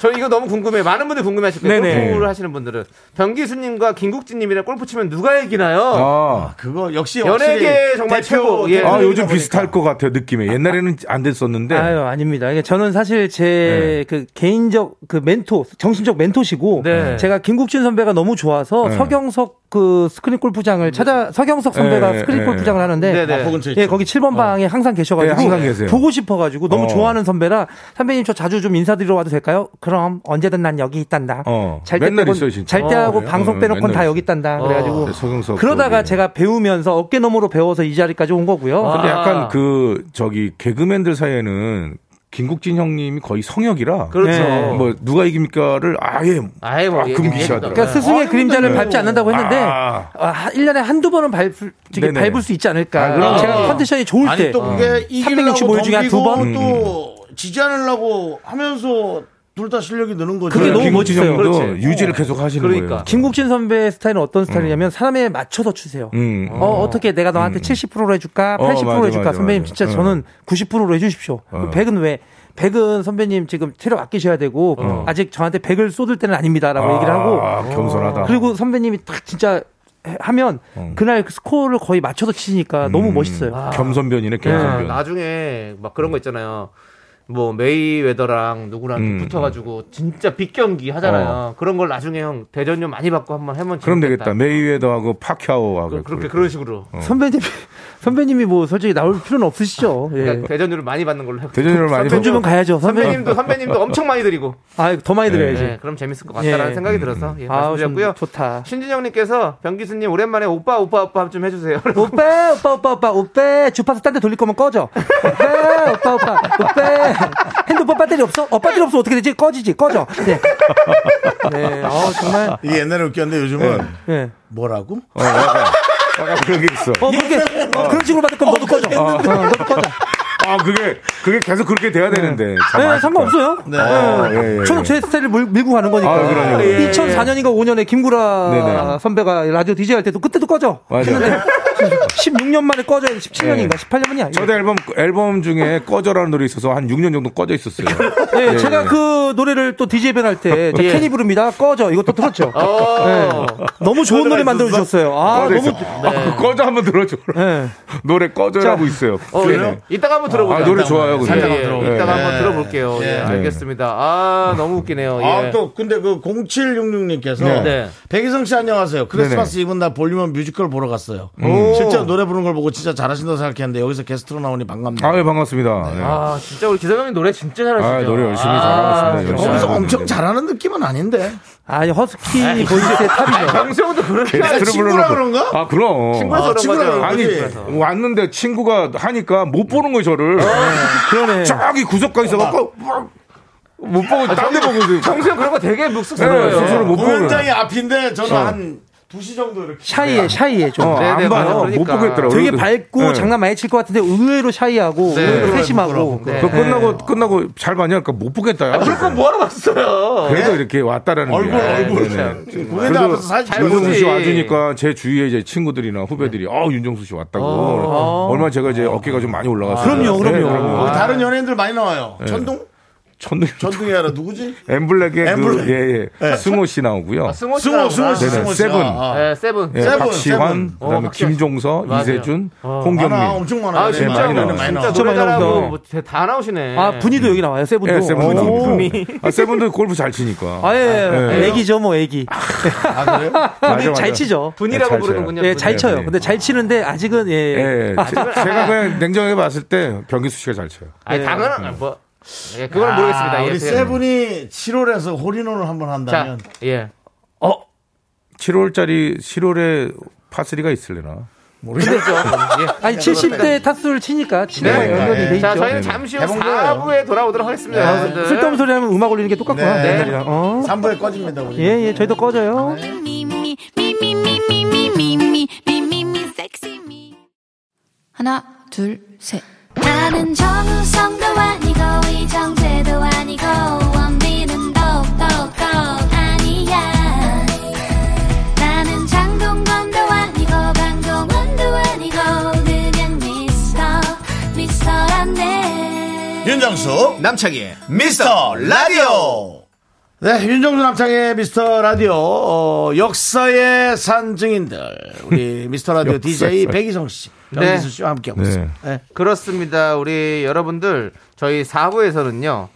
Speaker 2: 저 이거 너무 궁금해요. 많은 분들이 궁금해하실 거예요.
Speaker 4: 네네.
Speaker 2: 골프를 하시는 분들은 변기수님과 김국진님이랑 골프 치면 누가 이기나요?
Speaker 9: 아,
Speaker 1: 그거 역시
Speaker 2: 연예계 정말 최고. 예.
Speaker 9: 아, 요즘 비슷할 것 같아요, 느낌에. 옛날에는 안 됐었는데.
Speaker 4: 아유 아닙니다. 이게 저는 사실 제
Speaker 9: 네.
Speaker 4: 그 개인적 그 멘토, 정신적 멘토시고
Speaker 2: 네.
Speaker 4: 제가 김국진 선배가 너무 좋아서
Speaker 9: 네.
Speaker 4: 서경석 그 스크린 골프장을 찾아 서경석 선배가
Speaker 9: 네,
Speaker 4: 스크린
Speaker 9: 네.
Speaker 4: 골프장을 하는데
Speaker 2: 네네. 아,
Speaker 1: 혹은 제
Speaker 4: 예 거기 7번 방에 항상 계셔가지고
Speaker 9: 네, 항상 계세요.
Speaker 4: 보고 싶어가지고 너무
Speaker 9: 어.
Speaker 4: 좋아하는 선배라 선배님 저 자주 좀 인사드리러 와도 될까요? 그럼 언제든 난 여기 있단다.
Speaker 9: 어.
Speaker 4: 잘때
Speaker 9: 맨날
Speaker 4: 빼곤-
Speaker 9: 있어요, 진짜.
Speaker 4: 잘 때하고
Speaker 9: 어, 그래요?
Speaker 4: 방송
Speaker 9: 어,
Speaker 4: 빼놓고
Speaker 9: 맨날
Speaker 4: 다
Speaker 9: 있어요.
Speaker 4: 여기 있단다.
Speaker 2: 어.
Speaker 4: 그래가지고
Speaker 9: 네, 서경석
Speaker 4: 그러다가
Speaker 9: 거기.
Speaker 4: 제가 배우면서 어깨너머로 배워서 이 까지 온 거고요.
Speaker 9: 근데
Speaker 2: 아.
Speaker 9: 약간 그, 저기, 개그맨들 사이에는 김국진 형님이 거의 성역이라.
Speaker 2: 그렇죠.
Speaker 4: 네.
Speaker 9: 뭐, 누가 이깁니까를 아예.
Speaker 2: 아예 뭐
Speaker 9: 아,
Speaker 2: 얘기-
Speaker 9: 금기시하더라고요.
Speaker 4: 그러니까 스승의 그림자를
Speaker 1: 네.
Speaker 4: 밟지 않는다고 했는데
Speaker 9: 아.
Speaker 4: 아, 1년에 한두 번은 밟을, 저기
Speaker 9: 네네.
Speaker 4: 밟을 수 있지 않을까.
Speaker 9: 아,
Speaker 4: 그럼
Speaker 9: 그럼요.
Speaker 4: 제가 그러니까 컨디션이 좋을
Speaker 1: 아니
Speaker 4: 때
Speaker 1: 또 그게 이기려고
Speaker 4: 네. 음. 365일 중에 한두
Speaker 1: 덤비고
Speaker 4: 번? 음.
Speaker 1: 또 지지 않으려고 하면서 둘 다 실력이 느는 거죠.
Speaker 4: 그게 너무
Speaker 9: 그러니까 김국진
Speaker 4: 멋있어요.
Speaker 9: 형도
Speaker 2: 그렇지.
Speaker 9: 유지를 계속 하시는
Speaker 2: 그러니까.
Speaker 9: 거예요. 그렇죠.
Speaker 4: 김국진 선배의 스타일은 어떤 스타일이냐면 사람에 맞춰서 추세요.
Speaker 9: 음.
Speaker 4: 어, 어떻게 내가 너한테 70%로 해줄까?
Speaker 9: 어,
Speaker 4: 80%로
Speaker 9: 맞아,
Speaker 4: 해줄까?
Speaker 9: 맞아,
Speaker 4: 선배님
Speaker 9: 맞아.
Speaker 4: 진짜
Speaker 9: 어.
Speaker 4: 저는 90%로 해주십시오.
Speaker 9: 어.
Speaker 4: 100은 왜? 100은 선배님 지금 체력 아끼셔야 되고 아직 저한테 100을 쏟을 때는 아닙니다라고 얘기를
Speaker 9: 어. 아,
Speaker 4: 하고
Speaker 9: 겸손하다.
Speaker 4: 그리고 선배님이 딱 진짜 해- 하면 그날 그 스코어를 거의 맞춰서 치니까 너무 멋있어요.
Speaker 9: 아. 겸손변이네,
Speaker 2: 예,
Speaker 9: 겸손변.
Speaker 2: 나중에 막 그런 거 있잖아요. 뭐 메이웨더랑 누구랑
Speaker 9: 음.
Speaker 2: 붙어가지고 진짜 빅경기 하잖아요. 그런 걸 나중에 형 대전료 많이 받고 한번 해면
Speaker 9: 그럼
Speaker 2: 재밌겠다.
Speaker 9: 되겠다. 메이웨더하고 파키아오하고.
Speaker 2: 그, 그렇게 그런 식으로
Speaker 4: 선배님 선배님이 뭐 솔직히 나올 필요는 없으시죠. 예.
Speaker 2: 그러니까 대전료를 많이 받는 걸로 해요.
Speaker 9: 대전을 많이
Speaker 4: 돈 주면 가야죠. 선배님.
Speaker 2: 선배님도 선배님도 엄청 많이 드리고
Speaker 4: 아, 더 많이
Speaker 9: 네.
Speaker 4: 드려야지.
Speaker 2: 예, 그럼 재밌을 것 같다라는
Speaker 4: 예.
Speaker 2: 생각이 들어서 예,
Speaker 4: 아우, 좀
Speaker 2: 말씀드렸고요.
Speaker 4: 좋다.
Speaker 2: 신진영님께서 변기수님 오랜만에 오빠 오빠 오빠 좀 해주세요.
Speaker 4: 오빠, 오빠, 오빠, 오빠, 오빠. 주파수 딴 데 돌릴 거면 꺼져. 오빠, 오빠, 오빠, 오빠. 핸드폰 배터리 없어? 어, 배터리 없어. 어떻게 되지? 꺼지지, 꺼져. 네. 네. 어, 정말.
Speaker 1: 이게 옛날에 웃겼는데 요즘은
Speaker 4: 예.
Speaker 1: 뭐라고?
Speaker 9: 어, 약간, 약간 그런 게 있어.
Speaker 4: 어, 그렇게, 어, 그런 식으로 받을 거면 너도 꺼져. 어, 너도 꺼져.
Speaker 9: 아, 그게, 그게 계속 그렇게 돼야 되는데. 참
Speaker 4: 네,
Speaker 9: 아쉽다.
Speaker 4: 상관없어요.
Speaker 9: 네. 어, 예, 예,
Speaker 4: 저는 제 스타일을 밀, 밀고 가는 거니까.
Speaker 9: 아, 그럼요.
Speaker 4: 2004년인가 5년에 김구라
Speaker 9: 네네.
Speaker 4: 선배가 라디오 DJ 할 때도 그때도 꺼져.
Speaker 9: 맞아요.
Speaker 4: 했는데 16년 만에 꺼져야 17년인가 18년이야.
Speaker 9: 저도 앨범 앨범 중에 꺼져라는 노래 있어서 한 6년 정도 꺼져 있었어요.
Speaker 4: 예,
Speaker 9: 예,
Speaker 4: 제가
Speaker 9: 예.
Speaker 4: 그 노래를 또 DJ 변할 때, 저
Speaker 2: 예.
Speaker 4: 캐니 부릅니다. 꺼져. 이것도 들었죠.
Speaker 2: 어.
Speaker 4: 예. 너무 좋은 노래 만들어 주셨어요. 아,
Speaker 9: 꺼져
Speaker 4: 너무.
Speaker 2: 네.
Speaker 9: 있어. 아, 그거 꺼져 한번 들어줘.
Speaker 4: 예.
Speaker 9: 노래 꺼져라고 있어요.
Speaker 2: 어,
Speaker 9: 네네.
Speaker 2: 그래요? 이따가 한번 들어보자.
Speaker 9: 아, 노래 좋아요, 근데.
Speaker 2: 살짝
Speaker 9: 예,
Speaker 2: 한번
Speaker 9: 예.
Speaker 2: 들어볼게요. 이따가 한번
Speaker 9: 예.
Speaker 2: 들어볼게요. 예,
Speaker 9: 예.
Speaker 2: 알겠습니다. 아, 너무 웃기네요. 예.
Speaker 1: 아, 또, 근데 그 0766님께서.
Speaker 2: 네. 네.
Speaker 1: 백희성 씨 안녕하세요. 크리스마스 이브 날 볼륨은 뮤지컬 보러 갔어요.
Speaker 9: 음.
Speaker 1: 실제로 노래 부르는 걸 보고 진짜 잘하신다고 생각했는데 여기서 게스트로 나오니 반갑네요.
Speaker 9: 아유 반갑습니다. 네.
Speaker 2: 아, 진짜 우리 기사장님 노래 진짜 잘하시죠.
Speaker 9: 아, 노래 열심히 잘하고 있습니다. 열심히
Speaker 1: 거기서
Speaker 9: 잘하고
Speaker 1: 엄청
Speaker 9: 있는데.
Speaker 1: 잘하는 느낌은 아닌데.
Speaker 4: 아니 허스키 보이스의 탑이죠.
Speaker 2: 방송도 그렇게
Speaker 9: 내가
Speaker 2: 하죠.
Speaker 1: 친구라
Speaker 9: 불러놓고.
Speaker 1: 그런가?
Speaker 9: 아 그럼.
Speaker 2: 친구라서
Speaker 1: 아,
Speaker 2: 그런
Speaker 1: 친구라
Speaker 2: 거죠.
Speaker 1: 그런
Speaker 9: 아니
Speaker 1: 거지.
Speaker 2: 그래서.
Speaker 9: 왔는데 친구가 하니까 못 보는 거예요 저를.
Speaker 2: 아,
Speaker 4: 그러네.
Speaker 9: 저기 구석가 있어갖고 막 못 보고 딴 데 보고 있어요.
Speaker 2: 아, 평소에 그런 거 되게 묵숙스러워요.
Speaker 9: 네, 스스로
Speaker 1: 뭐
Speaker 9: 못 보는.
Speaker 1: 공연장이 앞인데 저는 어. 한 2시 정도 이렇게.
Speaker 4: 샤이해 샤이해 좀.
Speaker 9: 어,
Speaker 2: 네, 네,
Speaker 9: 안
Speaker 2: 맞아,
Speaker 9: 봐요. 그러니까. 못
Speaker 2: 그러니까.
Speaker 9: 보겠더라고.
Speaker 4: 되게 밝고 장난 많이 칠 것 같은데 의외로 샤이하고 의외로 세심하고
Speaker 2: 부끄러워.
Speaker 9: 그
Speaker 2: 네.
Speaker 9: 끝나고 끝나고 잘 많이 하니까 못 보겠다. 야.
Speaker 2: 그럼 뭐하러 왔어요?
Speaker 9: 그래서 이렇게 왔다라는
Speaker 1: 얼굴,
Speaker 9: 게.
Speaker 1: 얼굴.
Speaker 9: 네네.
Speaker 1: 공연장 앞에서 사진
Speaker 2: 잘
Speaker 9: 윤정수
Speaker 1: 찍어서.
Speaker 2: 보지.
Speaker 9: 씨 와주니까 제 주위에 이제 친구들이나 후배들이 아 윤정수 씨 왔다고
Speaker 2: 어.
Speaker 9: 얼마 나 제가 이제 어깨가 좀 많이 올라갔어요.
Speaker 1: 그럼요, 그럼요.
Speaker 9: 네,
Speaker 1: 거기 다른 연예인들 많이 나와요. 천둥?
Speaker 9: 천둥
Speaker 1: 천둥이 아니라 누구지?
Speaker 9: 엠블랙의
Speaker 1: 엠블랙.
Speaker 9: 그 예예 승호 씨 나오고요.
Speaker 2: 아, 승호 씨.
Speaker 1: 승호, 승호 씨,
Speaker 9: 네네,
Speaker 1: 승호 씨.
Speaker 9: 세븐.
Speaker 1: 아, 아.
Speaker 2: 네, 세븐.
Speaker 9: 예,
Speaker 1: 세븐, 세븐.
Speaker 9: 박시환 그다음에
Speaker 2: 어, 박시환.
Speaker 9: 김종서
Speaker 2: 맞아요.
Speaker 9: 이세준
Speaker 2: 어.
Speaker 9: 홍경민
Speaker 1: 많아, 엄청 많아요. 네,
Speaker 2: 아, 진짜,
Speaker 9: 많이 나와요.
Speaker 2: 진짜
Speaker 1: 나와요.
Speaker 2: 노래
Speaker 4: 많이 나온다.
Speaker 2: 잘하고 뭐 진짜 다 나오시네.
Speaker 4: 아 분이도 여기 나와요 세븐도.
Speaker 9: 예, 세븐
Speaker 4: 어.
Speaker 9: 분이 아 세븐도 골프 잘 치니까
Speaker 2: 네.
Speaker 4: 아예 애기죠 뭐 애기.
Speaker 1: 아, 그래요?
Speaker 9: 맞아, 맞아.
Speaker 4: 잘 치죠.
Speaker 2: 분이라고
Speaker 9: 네, 잘 쳐요.
Speaker 2: 부르는군요.
Speaker 4: 예,
Speaker 2: 분이.
Speaker 4: 잘 쳐요.
Speaker 9: 네.
Speaker 4: 근데 잘 치는데 아직은 예.
Speaker 9: 예, 제- 제가 그냥 냉정하게 봤을 때 변기수 씨가 잘 쳐요.
Speaker 4: 네.
Speaker 2: 아니, 당연한,
Speaker 4: 음.
Speaker 2: 아, 뭐. 예, 그건 모르겠습니다.
Speaker 1: 아,
Speaker 2: 예,
Speaker 1: 우리
Speaker 2: 그냥.
Speaker 1: 세븐이 7월에서 홀인원을 한번
Speaker 2: 자,
Speaker 1: 한다면.
Speaker 2: 예.
Speaker 9: 7월짜리 7월에 파3가 있을래나?
Speaker 2: 모르겠죠. 예.
Speaker 4: 아니 70대 타수를 치니까 친구와
Speaker 2: 네.
Speaker 4: 연결이 돼 있죠. 네.
Speaker 2: 자, 저희는 잠시 후
Speaker 1: 해본 거예요.
Speaker 2: 4부에 돌아오도록 하겠습니다. 여러분들.
Speaker 4: 쓸데없는 소리 하면 음악 올리는 게 똑같구나.
Speaker 1: 네.
Speaker 4: 옛날이랑. 어.
Speaker 1: 3부에 꺼집니다, 우리.
Speaker 4: 예, 예, 저희도 꺼져요.
Speaker 8: 미미 미미 미미 미미 미미 섹시 미 하나 둘 셋. 나는 정우성도 아니고 이정재도 아니고 원빈은 더욱더 아니야 나는 장동건도 아니고 강동원도 아니고 그냥 미스터 미스터란데
Speaker 1: 윤정수 남창희의 미스터 라디오 네 윤정수 남창희의 미스터 라디오 어, 역사의 산증인들 우리 미스터 라디오 DJ 백이성 씨 변기수 씨와 함께하고
Speaker 9: 네.
Speaker 1: 있습니다 네.
Speaker 2: 그렇습니다. 우리 여러분들 저희 4부에서는요.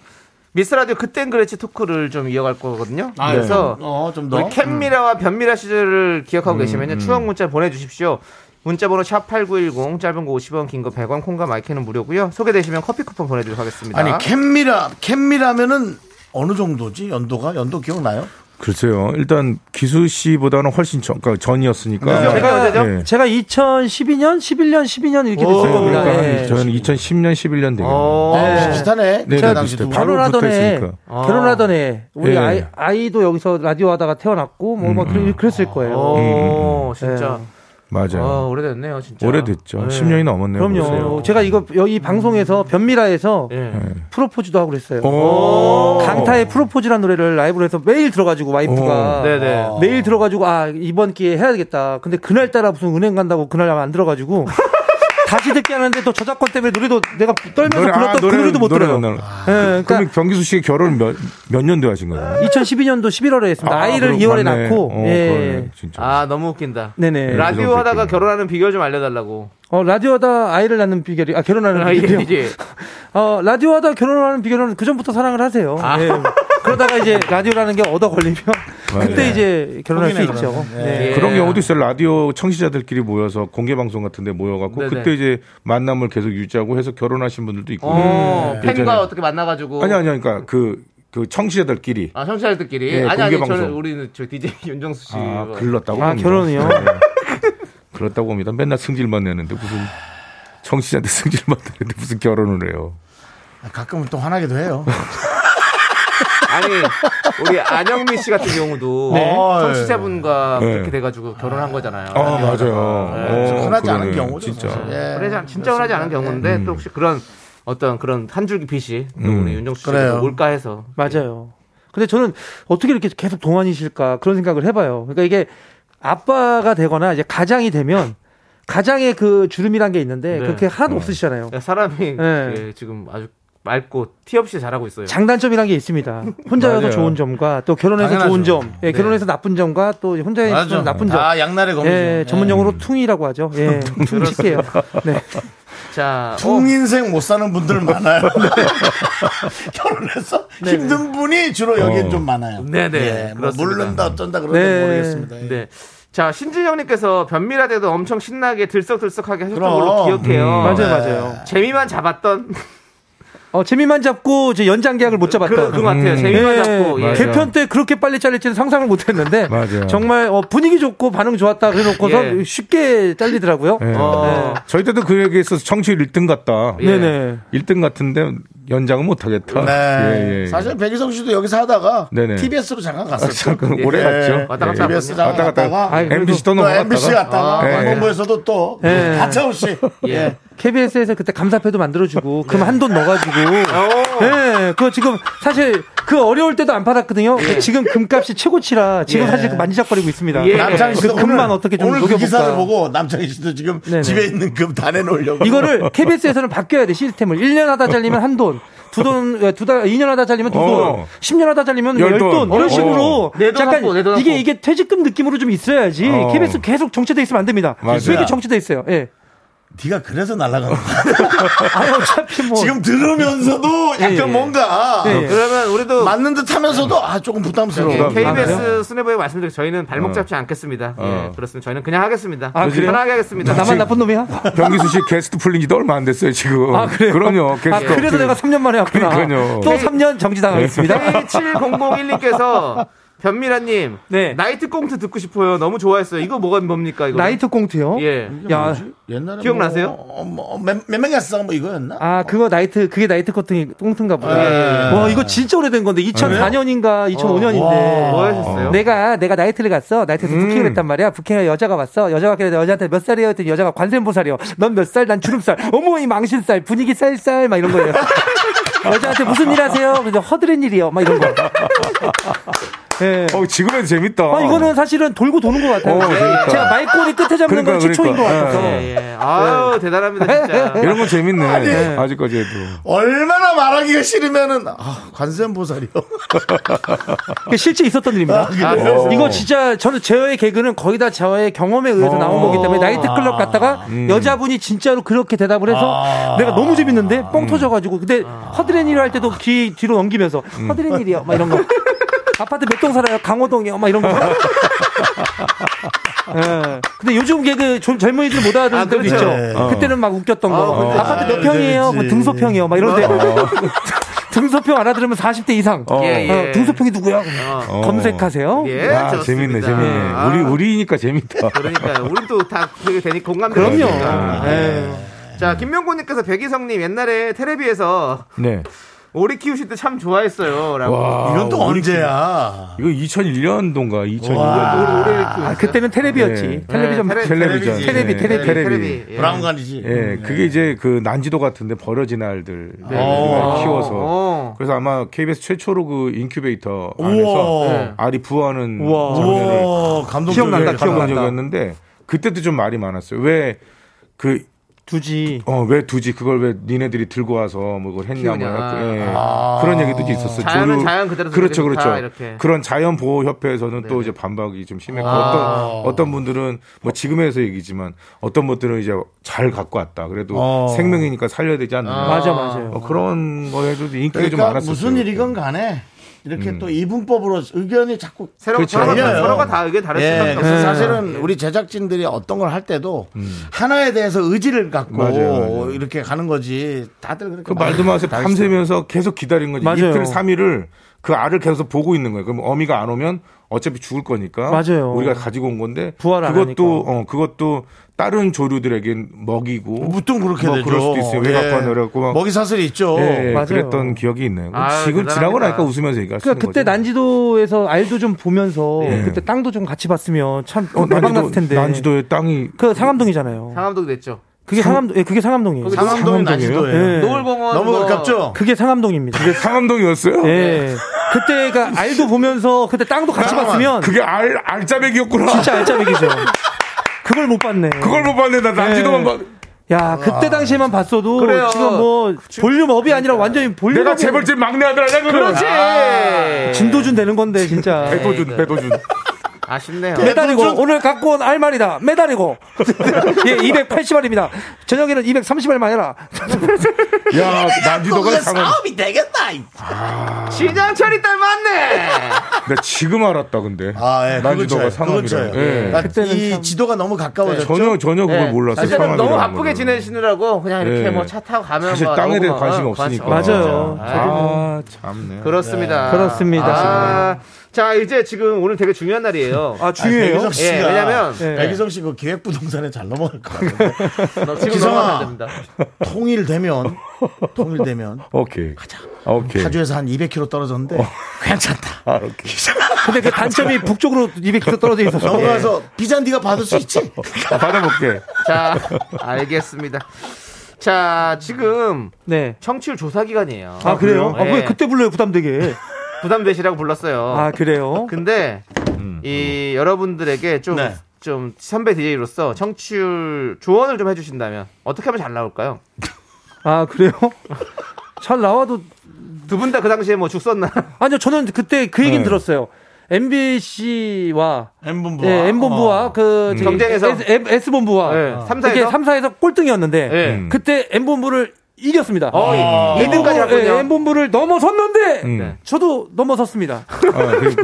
Speaker 2: 미스 라디오 그땐 그랬지 토크를 좀 이어갈 거거든요.
Speaker 4: 아,
Speaker 2: 아,
Speaker 4: 네.
Speaker 2: 그래서
Speaker 1: 어, 좀 더.
Speaker 2: 우리
Speaker 4: 음.
Speaker 2: 캔미라와 변미라 시절을 기억하고 계시면요. 추억 문자 보내 주십시오. 문자 번호 샵8910 짧은 거 50원 긴 거 100원 콩과 마이크는 무료고요. 소개되시면 커피 쿠폰 보내 드리도록 하겠습니다.
Speaker 1: 아니 캔미라 캔미라면은 어느 정도지 연도가 연도 기억나요?
Speaker 9: 글쎄요. 일단 기수 씨보다는 훨씬 전, 그러니까 전이었으니까.
Speaker 2: 몇
Speaker 4: 제가,
Speaker 2: 년대죠?
Speaker 9: 네.
Speaker 4: 제가 2012년, 11년, 12년 이렇게 됐을 겁니다.
Speaker 9: 그러니까 한
Speaker 4: 예.
Speaker 9: 저는 2010년 11년 되겠네요.
Speaker 2: 네. 어.
Speaker 1: 아, 비슷하네.
Speaker 9: 네,
Speaker 1: 제가
Speaker 9: 네,
Speaker 1: 당시
Speaker 9: 비슷해요.
Speaker 1: 두 분.
Speaker 9: 바로
Speaker 4: 결혼하던 애,
Speaker 9: 붙어있으니까.
Speaker 4: 아. 결혼하던 애, 우리
Speaker 9: 예.
Speaker 4: 아이, 아이도 여기서 라디오 하다가 태어났고, 뭐, 뭐 그랬- 그랬을 거예요. 음, 네.
Speaker 2: 오, 어, 진짜.
Speaker 9: 맞아요.
Speaker 2: 아, 오래됐네요, 진짜. 네.
Speaker 9: 오래됐죠. 10년이 넘었네요.
Speaker 4: 그럼요.
Speaker 9: 벌써.
Speaker 4: 제가 이거 여기 방송에서 변미라에서
Speaker 2: 예.
Speaker 4: 프로포즈도 하고 그랬어요.
Speaker 9: 오.
Speaker 4: 강타의 프로포즈라는 노래를 라이브로 해서 매일 들어가지고 와이프가
Speaker 9: 오.
Speaker 2: 네, 네.
Speaker 4: 매일 들어가지고 아 이번 기회에 해야겠다. 근데 그날 따라 무슨 은행 간다고 그날 안 들어가지고 다시 듣게 하는데 또 저작권 때문에 노래도 내가 떨면서
Speaker 9: 노래,
Speaker 4: 불렀던
Speaker 9: 아,
Speaker 4: 그 노래도 못 들어요.
Speaker 9: 노래는.
Speaker 4: 예, 그러니까
Speaker 9: 그러면 경기수 씨의 결혼 몇, 몇 년도에 하신 거예요?
Speaker 4: 2012년도 11월에 했습니다. 아, 이를
Speaker 9: 그럼
Speaker 4: 2월에
Speaker 9: 맞네.
Speaker 4: 낳고
Speaker 9: 어,
Speaker 4: 예.
Speaker 9: 그러네, 진짜.
Speaker 2: 아, 너무 웃긴다.
Speaker 4: 네네.
Speaker 9: 라-
Speaker 2: 라디오 하다가 결혼하는 비결 좀 알려 달라고.
Speaker 4: 어, 라디오하다 아이를 낳는 비결이, 아, 결혼하는
Speaker 2: 아, 예,
Speaker 4: 비결이요?
Speaker 2: 예.
Speaker 4: 어, 라디오하다 결혼하는 비결은 그전부터 사랑을 하세요. 예. 그러다가 이제 라디오라는 게 얻어 걸리면 그때 이제 결혼할 수 있죠. 네.
Speaker 2: 예.
Speaker 9: 그런 경우도 있어요. 라디오 청취자들끼리 모여서 공개 방송 같은데 모여갖고
Speaker 2: 네네.
Speaker 9: 그때 이제 만남을 계속 유지하고 해서 결혼하신 분들도 있고.
Speaker 2: 어,
Speaker 9: 음. 예전에.
Speaker 2: 팬과 어떻게 만나가지고.
Speaker 9: 아니 아니 그러니까 그, 그 청취자들끼리
Speaker 2: 아, 청취자들끼리.
Speaker 9: 예,
Speaker 2: 아니, 아니,
Speaker 9: 공개
Speaker 2: 저는
Speaker 9: 방송.
Speaker 2: 우리는 저 DJ 윤정수 씨.
Speaker 9: 아 글렀다고
Speaker 4: 아,
Speaker 9: 봅니다. 네.
Speaker 4: 결혼이요?
Speaker 9: 그렇다고 봅니다. 맨날 승질만 내는데 무슨 청취자한테 승질만 내는데 무슨 결혼을 해요.
Speaker 1: 아, 가끔은 또 화나기도 해요.
Speaker 2: 아니, 우리 안영미 씨 같은 경우도
Speaker 1: 네.
Speaker 2: 청취자분과
Speaker 9: 네.
Speaker 2: 그렇게 돼가지고 결혼한 거잖아요.
Speaker 9: 어, 예. 아 맞아요. 어,
Speaker 1: 흔하지 않은
Speaker 9: 그러네.
Speaker 1: 경우죠.
Speaker 9: 진짜.
Speaker 1: 사실. 예.
Speaker 2: 그래, 참 진짜 흔하지
Speaker 4: 네.
Speaker 2: 않은 경우인데 또 혹시 그런 어떤 그런 한 줄기 빛이 또 우리 윤정수 씨가
Speaker 1: 그래요.
Speaker 2: 올까 해서.
Speaker 4: 음. 맞아요. 근데 저는 어떻게 이렇게 계속 동안이실까 그런 생각을 해봐요. 그러니까 이게 아빠가 되거나 이제 가장이 되면 가장의 그 주름이란 게 있는데
Speaker 2: 네.
Speaker 4: 그렇게 하나도 없으시잖아요.
Speaker 2: 사람이
Speaker 4: 네.
Speaker 2: 그 지금 아주 맑고 티 없이 잘하고 있어요.
Speaker 4: 장단점이란 게 있습니다. 혼자여서
Speaker 2: 맞아요.
Speaker 4: 좋은 점과 또 결혼해서
Speaker 2: 당연하죠.
Speaker 4: 좋은 점, 예,
Speaker 2: 네.
Speaker 4: 결혼해서 나쁜 점과 또 혼자여서
Speaker 1: 맞아.
Speaker 4: 나쁜 점.
Speaker 1: 다 양날의 검이죠.
Speaker 4: 예,
Speaker 1: 예.
Speaker 4: 전문용어로 퉁이라고 하죠. 예, 퉁칠게요. 네.
Speaker 1: 어.
Speaker 2: 자, 어.
Speaker 1: 풍인생 못 사는 분들 많아요. 네. 결혼해서 힘든 분이 주로 여기엔
Speaker 2: 어.
Speaker 1: 좀 많아요.
Speaker 2: 네네.
Speaker 1: 예, 뭐
Speaker 2: 그렇습니다.
Speaker 1: 모른다 어쩐다 그런데 모르겠습니다. 예.
Speaker 2: 네. 자, 신준영님께서 변미라대도 엄청 신나게 들썩들썩하게 하셨던
Speaker 1: 그럼.
Speaker 2: 걸로 기억해요. 네.
Speaker 4: 음. 맞아요, 맞아요.
Speaker 2: 재미만 잡았던.
Speaker 4: 어, 재미만 잡고 이제 연장 계약을 못 잡았던.
Speaker 2: 그- 그거 같아요. 재미만 잡고, 예.
Speaker 4: 음. 네. 개편 때 그렇게 빨리 잘릴지는 상상을 못 했는데.
Speaker 9: 맞아요.
Speaker 4: 정말 어, 분위기 좋고 반응 좋았다 그래놓고서
Speaker 9: 음. 예.
Speaker 4: 쉽게 잘리더라고요.
Speaker 9: 예.
Speaker 2: 어.
Speaker 4: 네.
Speaker 9: 저희 때도 그 얘기했어서 청취율 1등 같다.
Speaker 4: 예. 네네.
Speaker 9: 1등 같은데 연장은 못하겠다.
Speaker 1: 네.
Speaker 9: 예, 예.
Speaker 1: 사실 백희성 씨도 여기서 하다가
Speaker 9: 네네.
Speaker 1: TBS로 잠깐
Speaker 9: 아,
Speaker 1: 갔어요.
Speaker 9: 잠깐 오래 갔죠.
Speaker 1: 왔다 갔다
Speaker 9: 예.
Speaker 1: TBS 잠깐
Speaker 9: 왔다 갔다.
Speaker 1: 갔다가
Speaker 9: 아이, MBC 또
Speaker 1: 또
Speaker 9: 넘어갔다가.
Speaker 1: MBC 네. 갔다가
Speaker 9: 아,
Speaker 4: 네.
Speaker 9: 예.
Speaker 1: 방송부에서도 또
Speaker 4: 예.
Speaker 1: 하차우 씨. 예.
Speaker 4: KBS에서 그때 감사패도 만들어주고
Speaker 1: 네.
Speaker 4: 금 한 돈 넣어가지고 예, 그거 지금 사실 그 어려울 때도 안 받았거든요. 지금 금값이 최고치라 지금
Speaker 1: 예.
Speaker 4: 사실 그 만지작거리고 있습니다.
Speaker 1: 남창희
Speaker 4: 그
Speaker 1: 씨도
Speaker 4: 금만
Speaker 1: 오늘,
Speaker 4: 어떻게 좀
Speaker 1: 오늘 그 기사를
Speaker 4: 녹여볼까.
Speaker 1: 보고 남창희 씨도 지금
Speaker 4: 네네.
Speaker 1: 집에 있는 금 다 내놓으려고
Speaker 4: 이거를 KBS에서는 바뀌어야 돼 시스템을 1년 하다 잘리면 한 돈. 두 돈, 예, 두 달, 2년 하다 잘리면 두 돈,
Speaker 1: 어.
Speaker 4: 십 10년 하다 잘리면
Speaker 1: 열
Speaker 4: 열 돈,
Speaker 1: 돈.
Speaker 4: 이런
Speaker 1: 어.
Speaker 4: 식으로.
Speaker 1: 내돈
Speaker 4: 약간
Speaker 1: 한 돈, 내돈 한
Speaker 4: 이게,
Speaker 1: 돈.
Speaker 4: 이게 퇴직금 느낌으로 좀 있어야지.
Speaker 1: 어.
Speaker 4: KBS 계속 정체돼 있으면 안 됩니다.
Speaker 1: 맞아요.
Speaker 4: 왜 이렇게 정체돼 있어요? 예.
Speaker 1: 네가 그래서 날아가는 거야.
Speaker 4: 아니, 어차피 뭐.
Speaker 1: 지금 들으면서도 약간
Speaker 4: 예, 예.
Speaker 1: 뭔가
Speaker 4: 예, 예.
Speaker 2: 그러면 우리도
Speaker 1: 맞는 듯 하면서도 아 조금 부담스러워.
Speaker 2: 예,
Speaker 4: 아,
Speaker 2: KBS 수뇌부에 말씀드린 저희는 발목
Speaker 9: 어.
Speaker 2: 잡지 않겠습니다.
Speaker 9: 어.
Speaker 2: 예, 그렇습니다. 저희는 그냥 하겠습니다.
Speaker 9: 아, 그래요?
Speaker 2: 편하게 하겠습니다. 네.
Speaker 9: 나만 나쁜
Speaker 4: 놈이야?
Speaker 9: 변기수 씨 게스트 풀린 지도 얼마 안 됐어요, 지금.
Speaker 2: 아, 그래요?
Speaker 9: 그럼요. 게스트
Speaker 4: 아, 그래서
Speaker 9: 없이.
Speaker 4: 내가 3년 만에 왔구나.
Speaker 9: 그러니까요. 네.
Speaker 4: 또 3년 정지당하겠습니다.
Speaker 1: 네.
Speaker 2: 7001님께서 변미라님 나이트 꽁트 듣고 싶어요. 너무 좋아했어요. 이거 뭐가 뭡니까 이거?
Speaker 4: 네. 나이트 꽁트요?
Speaker 2: 예.
Speaker 4: 야.
Speaker 1: 옛날에
Speaker 2: 기억나세요?
Speaker 1: 뭐, 어, 뭐, 몇, 몇 명이었어? 뭐 이거였나?
Speaker 4: 아, 그거 나이트, 그게 나이트 꽁트, 꽁트인가 보다.
Speaker 1: 예, 예.
Speaker 4: 와, 이거 진짜 오래된 건데, 2004년인가 2005년인데.
Speaker 1: 와. 뭐 하셨어요?
Speaker 4: 내가, 내가 나이트를 갔어. 나이트에서
Speaker 9: 음.
Speaker 4: 부킹을 했단 말이야. 부킹에 여자가 왔어. 여자가 그래서 여자한테 몇 살이에요? 했더니 여자가 관세음보살이요. 넌 몇 살? 난 주름살. 어머, 이 망신살. 분위기 쌀쌀. 막 이런 거예요. 여자한테 무슨 일 하세요? 그래서 허드렛 일이요. 막 이런 거. 예.
Speaker 9: 어, 지금은 재밌다.
Speaker 4: 아, 이거는 사실은 돌고 도는 것 같아요.
Speaker 9: 어, 재밌다.
Speaker 4: 제가 말꼬리 끝에 잡는
Speaker 9: 그러니까,
Speaker 4: 건 최초인
Speaker 9: 그러니까.
Speaker 4: 것 같아서.
Speaker 9: 예,
Speaker 2: 아유
Speaker 4: 네.
Speaker 2: 대단합니다 진짜.
Speaker 9: 이런 건 재밌네. 예,
Speaker 1: 아니.
Speaker 9: 아직까지 해도.
Speaker 1: 얼마나 말하기가 싫으면은 아, 관세음보살이요.
Speaker 4: 그게 실제 있었던 일입니다.
Speaker 1: 아,
Speaker 2: 그렇죠.
Speaker 1: 그래요?
Speaker 4: 이거 진짜 저는 제어의 개그는 거의 다 저의 경험에 의해서 나온 거기 때문에
Speaker 2: 아.
Speaker 4: 나이트클럽 갔다가 여자분이 진짜로 그렇게 대답을 해서 내가 너무 재밌는데 뻥 터져가지고 근데 허드렛일 할 때도 귀 뒤로 넘기면서 허드렛일이요 막 이런 거 아파트 몇 동 살아요 강호동이요 막 이런 거 예. 근데 요즘 개그 좀 젊은이들 못 알아듣는
Speaker 2: 아,
Speaker 4: 때도
Speaker 2: 그렇죠.
Speaker 1: 예.
Speaker 4: 있죠.
Speaker 2: 네.
Speaker 4: 그때는 막 웃겼던
Speaker 2: 아,
Speaker 4: 거.
Speaker 2: 근데
Speaker 4: 아파트 몇
Speaker 2: 아,
Speaker 4: 평이에요? 뭐
Speaker 2: 그렇지.
Speaker 4: 등소평이요. 막 이런데.
Speaker 2: 어.
Speaker 4: 등소평 알아들으면 40대 이상.
Speaker 9: 예,
Speaker 4: 어,
Speaker 9: 예.
Speaker 4: 등소평이 누구야?
Speaker 9: 어.
Speaker 4: 검색하세요.
Speaker 2: 예,
Speaker 9: 아,
Speaker 2: 좋습니다.
Speaker 9: 재밌네, 재밌네.
Speaker 4: 뭐-
Speaker 2: 아.
Speaker 9: 우리, 우리니까 재밌다.
Speaker 2: 그러니까 우린 또다 그게 되니 공감대.
Speaker 9: 그럼요. 예.
Speaker 4: 예. 아.
Speaker 2: 자 김명곤님께서 백이성님 옛날에 테레비에서
Speaker 9: 네.
Speaker 2: 오리 키우실 때 참 좋아했어요라고.
Speaker 9: 와,
Speaker 1: 예. 이건 또
Speaker 9: 우리
Speaker 1: 언제야?
Speaker 9: 이거 2001년도인가, 2002년도.
Speaker 1: 와.
Speaker 4: 아, 그때는
Speaker 9: 예.
Speaker 4: 테레비였지.
Speaker 2: 네,
Speaker 4: 텔레비전.
Speaker 2: 예,
Speaker 9: 텔레비전.
Speaker 4: 테레비, 테레비.
Speaker 1: 브라운관이지.
Speaker 9: 예, 그게 이제 그 난지도 같은데 버려진 알들
Speaker 1: 네.
Speaker 9: 어.
Speaker 1: 오.
Speaker 9: 키워서
Speaker 1: 오.
Speaker 9: 그래서 아마 KBS 최초로 그 인큐베이터
Speaker 1: 우와.
Speaker 9: 안에서
Speaker 1: 네.
Speaker 9: 알이 부화하는
Speaker 1: 우와.
Speaker 9: 장면을
Speaker 1: 우와, 네, 감동적이에요. 기억난다,
Speaker 9: 감동적이었는데 그때도 좀 말이 많았어요. 왜 그
Speaker 4: 두지
Speaker 9: 어왜 두지 그걸 왜 니네들이 들고 와서 뭐 그걸 했냐 뭐
Speaker 2: 키우냐.
Speaker 9: 약간, 예.
Speaker 2: 아.
Speaker 9: 그런 얘기도 있었어요.
Speaker 2: 자연은
Speaker 9: 조류-
Speaker 2: 자연 그대로
Speaker 9: 그렇죠
Speaker 2: 좋다,
Speaker 9: 그렇죠.
Speaker 2: 이렇게.
Speaker 9: 그런 자연 보호 협회에서는 또 이제 반박이 좀 심했고
Speaker 2: 아.
Speaker 9: 어떤 어떤 분들은 뭐 지금에서 얘기지만 어떤 분들은 이제 잘 갖고 왔다. 그래도
Speaker 1: 어.
Speaker 9: 생명이니까 살려야 되지 않나.
Speaker 1: 아. 맞아, 맞아요.
Speaker 9: 어, 그런 거에도 인기가 좀
Speaker 1: 그러니까
Speaker 9: 많았었어요.
Speaker 1: 무슨 일이건 간에 이렇게 또 이분법으로 의견이 자꾸
Speaker 2: 서로-
Speaker 1: 그렇죠.
Speaker 2: 서로가 다-
Speaker 1: 갈려요.
Speaker 2: 서로가 다 의견 다를
Speaker 1: 예,
Speaker 2: 수밖에
Speaker 1: 그래서
Speaker 2: 없어요.
Speaker 1: 사실은 우리 제작진들이 어떤 걸 할 때도 하나에 대해서 의지를 갖고
Speaker 9: 맞아요, 맞아요.
Speaker 1: 이렇게 가는 거지 다들 그렇게
Speaker 9: 그 말도
Speaker 4: 아,
Speaker 9: 마세요. 밤새면서 계속 기다린 거지.
Speaker 1: 맞아요.
Speaker 9: 이틀, 삼일을그 알을 계속 보고 있는 거예요. 그럼 어미가 안 오면 어차피 죽을 거니까.
Speaker 4: 맞아요.
Speaker 9: 우리가 가지고 온 건데.
Speaker 4: 부활 안
Speaker 9: 그것도, 어, 그것도 다른 조류들에겐 먹이고.
Speaker 1: 보통 그렇게
Speaker 9: 뭐
Speaker 1: 되죠.
Speaker 9: 그럴 수도 있어요. 왜
Speaker 1: 예.
Speaker 9: 갖고 안 어렵고. 막.
Speaker 1: 먹이 사슬이 있죠.
Speaker 9: 예, 예,
Speaker 1: 맞아요.
Speaker 9: 그랬던 기억이 있네요.
Speaker 1: 아유,
Speaker 9: 지금 지나고
Speaker 1: 대단합니다.
Speaker 9: 나니까 웃으면서 얘기할 수 있는
Speaker 4: 그러니까 그때
Speaker 9: 거죠.
Speaker 4: 난지도에서 알도 좀 보면서
Speaker 9: 예.
Speaker 4: 그때 땅도 좀 같이 봤으면 참
Speaker 9: 어,
Speaker 4: 대박
Speaker 9: 난지도-
Speaker 4: 났을 텐데.
Speaker 9: 난지도의 아, 땅이
Speaker 4: 그 상암동이잖아요.
Speaker 2: 상암동 됐죠.
Speaker 4: 그게 상암 예, 그게 상암동이에요.
Speaker 2: 거기 상암동이 난지도예요?
Speaker 4: 예.
Speaker 2: 노을공원 너무 뭐- 가깝죠?
Speaker 4: 그게 상암동입니다.
Speaker 9: 그게 상암동이었어요?
Speaker 4: 예. 그때가 알도 보면서 그때 땅도 같이
Speaker 9: 잠깐만,
Speaker 4: 봤으면
Speaker 9: 그게 알, 알짜배기였구나.
Speaker 4: 진짜 알짜배기죠. 그걸 못 봤네.
Speaker 9: 그걸 못 봤네. 나 난지도만
Speaker 4: 예.
Speaker 9: 봤.
Speaker 4: 야 그때 당시에만 봤어도
Speaker 9: 그래요.
Speaker 4: 지금 뭐 볼륨업이 아니라 완전히 볼륨
Speaker 9: 내가 재벌집 막내 아들 아니야 그거
Speaker 4: 그렇지. 진도준 되는 건데 진짜.
Speaker 9: 배도준 배도준
Speaker 2: 예. 아쉽네요.
Speaker 4: 메달이고 오늘 갖고 온 알말이다. 메달이고. 예, 280알입니다. 저녁에는 230알만 해라.
Speaker 9: 야 난지도가 상황
Speaker 1: 되겠다.
Speaker 2: 진양철이 딸 맞네.
Speaker 9: 나 지금 알았다 근데
Speaker 1: 아, 예. 그건
Speaker 9: 난지도가
Speaker 1: 저예요. 그건
Speaker 9: 상암이라
Speaker 1: 저예요.
Speaker 9: 예.
Speaker 1: 아, 이 지도가 너무 가까워졌죠.
Speaker 9: 전혀 전혀 그걸
Speaker 2: 네.
Speaker 9: 몰랐어요
Speaker 2: 사실은
Speaker 9: 상암이라는
Speaker 2: 너무
Speaker 9: 거를.
Speaker 2: 바쁘게 지내시느라고 그냥 이렇게
Speaker 9: 네.
Speaker 2: 뭐 차 타고 가면
Speaker 9: 사실
Speaker 2: 뭐
Speaker 9: 땅에 대해
Speaker 2: 나오고
Speaker 9: 관심이
Speaker 2: 막, 어,
Speaker 9: 없으니까
Speaker 4: 맞아요. 뭐
Speaker 9: 아 참네
Speaker 2: 그렇습니다.
Speaker 4: 그렇습니다.
Speaker 2: 아, 자 이제 지금 오늘 되게 중요한 날이에요.
Speaker 4: 아,
Speaker 1: 아니,
Speaker 4: 중요해요.
Speaker 1: 백이성 씨가
Speaker 2: 예, 왜냐면
Speaker 4: 예.
Speaker 1: 백이성 씨그 기획부동산에 잘 넘어갈 것 같은데
Speaker 2: 너 지금
Speaker 1: 기성아.
Speaker 2: 넘어가면 안 됩니다.
Speaker 1: 통일되면 통일되면
Speaker 9: 오케이 아,
Speaker 4: 네.
Speaker 9: 오케이
Speaker 1: 파주에서 한 200km 떨어졌는데 괜찮다.
Speaker 9: 아, 오케이
Speaker 4: 근데 그 단점이 북쪽으로 200km 떨어져 있어서.
Speaker 1: 넘어가서 비잔디가 받을 수 있지?
Speaker 4: 어.
Speaker 9: 아, 받아볼게
Speaker 2: 자 알겠습니다. 자 지금
Speaker 4: 네.
Speaker 2: 청취율 조사 기간이에요.
Speaker 4: 아, 그래요? 아, 왜
Speaker 2: 예,
Speaker 4: 그때 불러요, 부담되게.
Speaker 2: 부담되시라고 불렀어요.
Speaker 4: 아, 음, 그래요?
Speaker 2: 근데 이 여러분들에게 좀
Speaker 1: 네.
Speaker 2: 좀 선배 DJ로서 청취율 조언을 좀 해주신다면 어떻게 하면 잘 나올까요?
Speaker 4: 아, 그래요? 잘 나와도.
Speaker 2: 두 분 다 그 당시에 뭐 죽었나?
Speaker 4: 아니요, 저는 그때 그 얘기는 들었어요. MBC와
Speaker 1: M본부와
Speaker 4: 예, M본부와 그 저기
Speaker 2: 경쟁에서?
Speaker 4: S, M- S본부와
Speaker 2: 예, 음. 삼사에서?
Speaker 4: 음. 이렇게 삼사에서 꼴등이었는데
Speaker 2: 예.
Speaker 9: 음.
Speaker 4: 그때 M본부를 이겼습니다.
Speaker 2: 어,
Speaker 4: M본부,
Speaker 2: 2등까지
Speaker 4: 예,
Speaker 2: 갔군요.
Speaker 4: M본부를 넘어섰는데
Speaker 2: 네.
Speaker 9: 음.
Speaker 4: 저도 넘어섰습니다.
Speaker 9: 아, 그러니까.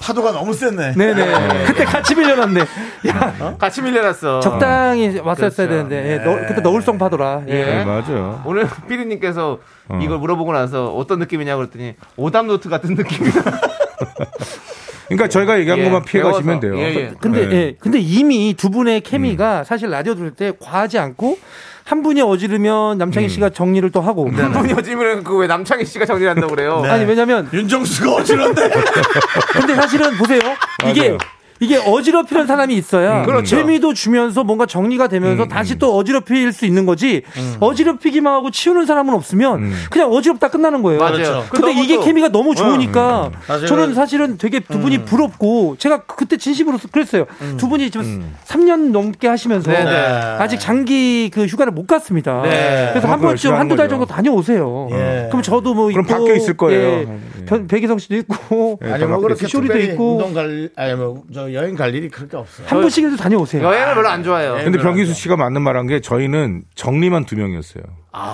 Speaker 1: 파도가 너무 셌네.
Speaker 4: 네네. 그때 같이 밀려났네. 야,
Speaker 2: 같이 밀려났어.
Speaker 4: 음. 적당히 왔었어야
Speaker 2: 그렇죠.
Speaker 4: 되는데 예, 너- 그때 너울성 파도라. 예.
Speaker 9: 네,
Speaker 2: 예.
Speaker 9: 맞아요
Speaker 2: 오늘 피디님께서 이걸 물어보고 나서 어떤 느낌이냐고 그랬더니 오답노트 같은 느낌이다.
Speaker 9: 그러니까 저희가 얘기한
Speaker 2: 예,
Speaker 9: 것만
Speaker 2: 배워서.
Speaker 9: 피해가시면 돼요
Speaker 2: 예, 예.
Speaker 4: 근데
Speaker 9: 네.
Speaker 1: 음.
Speaker 4: 예, 근데 이미 두 분의 케미가 사실 라디오 들을 때 과하지 않고 한 분이 어지르면
Speaker 1: 음.
Speaker 4: 남창희 씨가 정리를 또 하고
Speaker 2: 한분 여짐을 그왜 남창희 씨가 정리를 한다고 그래요.
Speaker 4: 아니 왜냐면
Speaker 1: 윤정수가 어지러운데
Speaker 4: 근데 사실은 보세요. 이게
Speaker 9: 맞아요.
Speaker 4: 이게 어지럽히는 사람이 있어야
Speaker 1: 음,
Speaker 9: 그렇죠.
Speaker 4: 재미도 주면서 뭔가 정리가 되면서 다시 또 어지럽힐 수 있는 거지
Speaker 1: 음.
Speaker 4: 어지럽히기만 하고 치우는 사람은 없으면 그냥 어지럽다 끝나는 거예요.
Speaker 2: 맞아요.
Speaker 1: 그렇죠.
Speaker 4: 근데
Speaker 2: 너무
Speaker 4: 이게
Speaker 2: 또-
Speaker 4: 케미가 너무 뭐 좋으니까
Speaker 1: 사실은-
Speaker 4: 저는 사실은 되게 두 분이 부럽고 제가 그때 진심으로 그랬어요. 두 분이 지금 3년 넘게 하시면서
Speaker 2: 네네.
Speaker 4: 아직 장기 그 휴가를 못 갔습니다.
Speaker 2: 네.
Speaker 4: 그래서 한
Speaker 9: 그만큼
Speaker 4: 번쯤
Speaker 9: 열심히
Speaker 4: 한두 달
Speaker 9: 한 거죠.
Speaker 4: 정도 다녀오세요.
Speaker 1: 예.
Speaker 4: 그럼 저도 뭐
Speaker 9: 그럼
Speaker 4: 있고,
Speaker 9: 바뀌어 있을 거예요.
Speaker 4: 예. 변- 백이성 씨도 있고
Speaker 1: 아니 뭐 그렇게
Speaker 4: 네. 쇼리도
Speaker 1: 특별히
Speaker 4: 있고.
Speaker 1: 운동 갈 아니 뭐 저 여행 갈 일이 그렇게 없어요. 네, 그
Speaker 4: 한 번씩이라도 다녀오세요. 네.
Speaker 2: 여행을 별로 안 좋아해요.
Speaker 9: 근데 병기수 씨가 맞는 말 한 게 저희는 정리만 두 명이었어요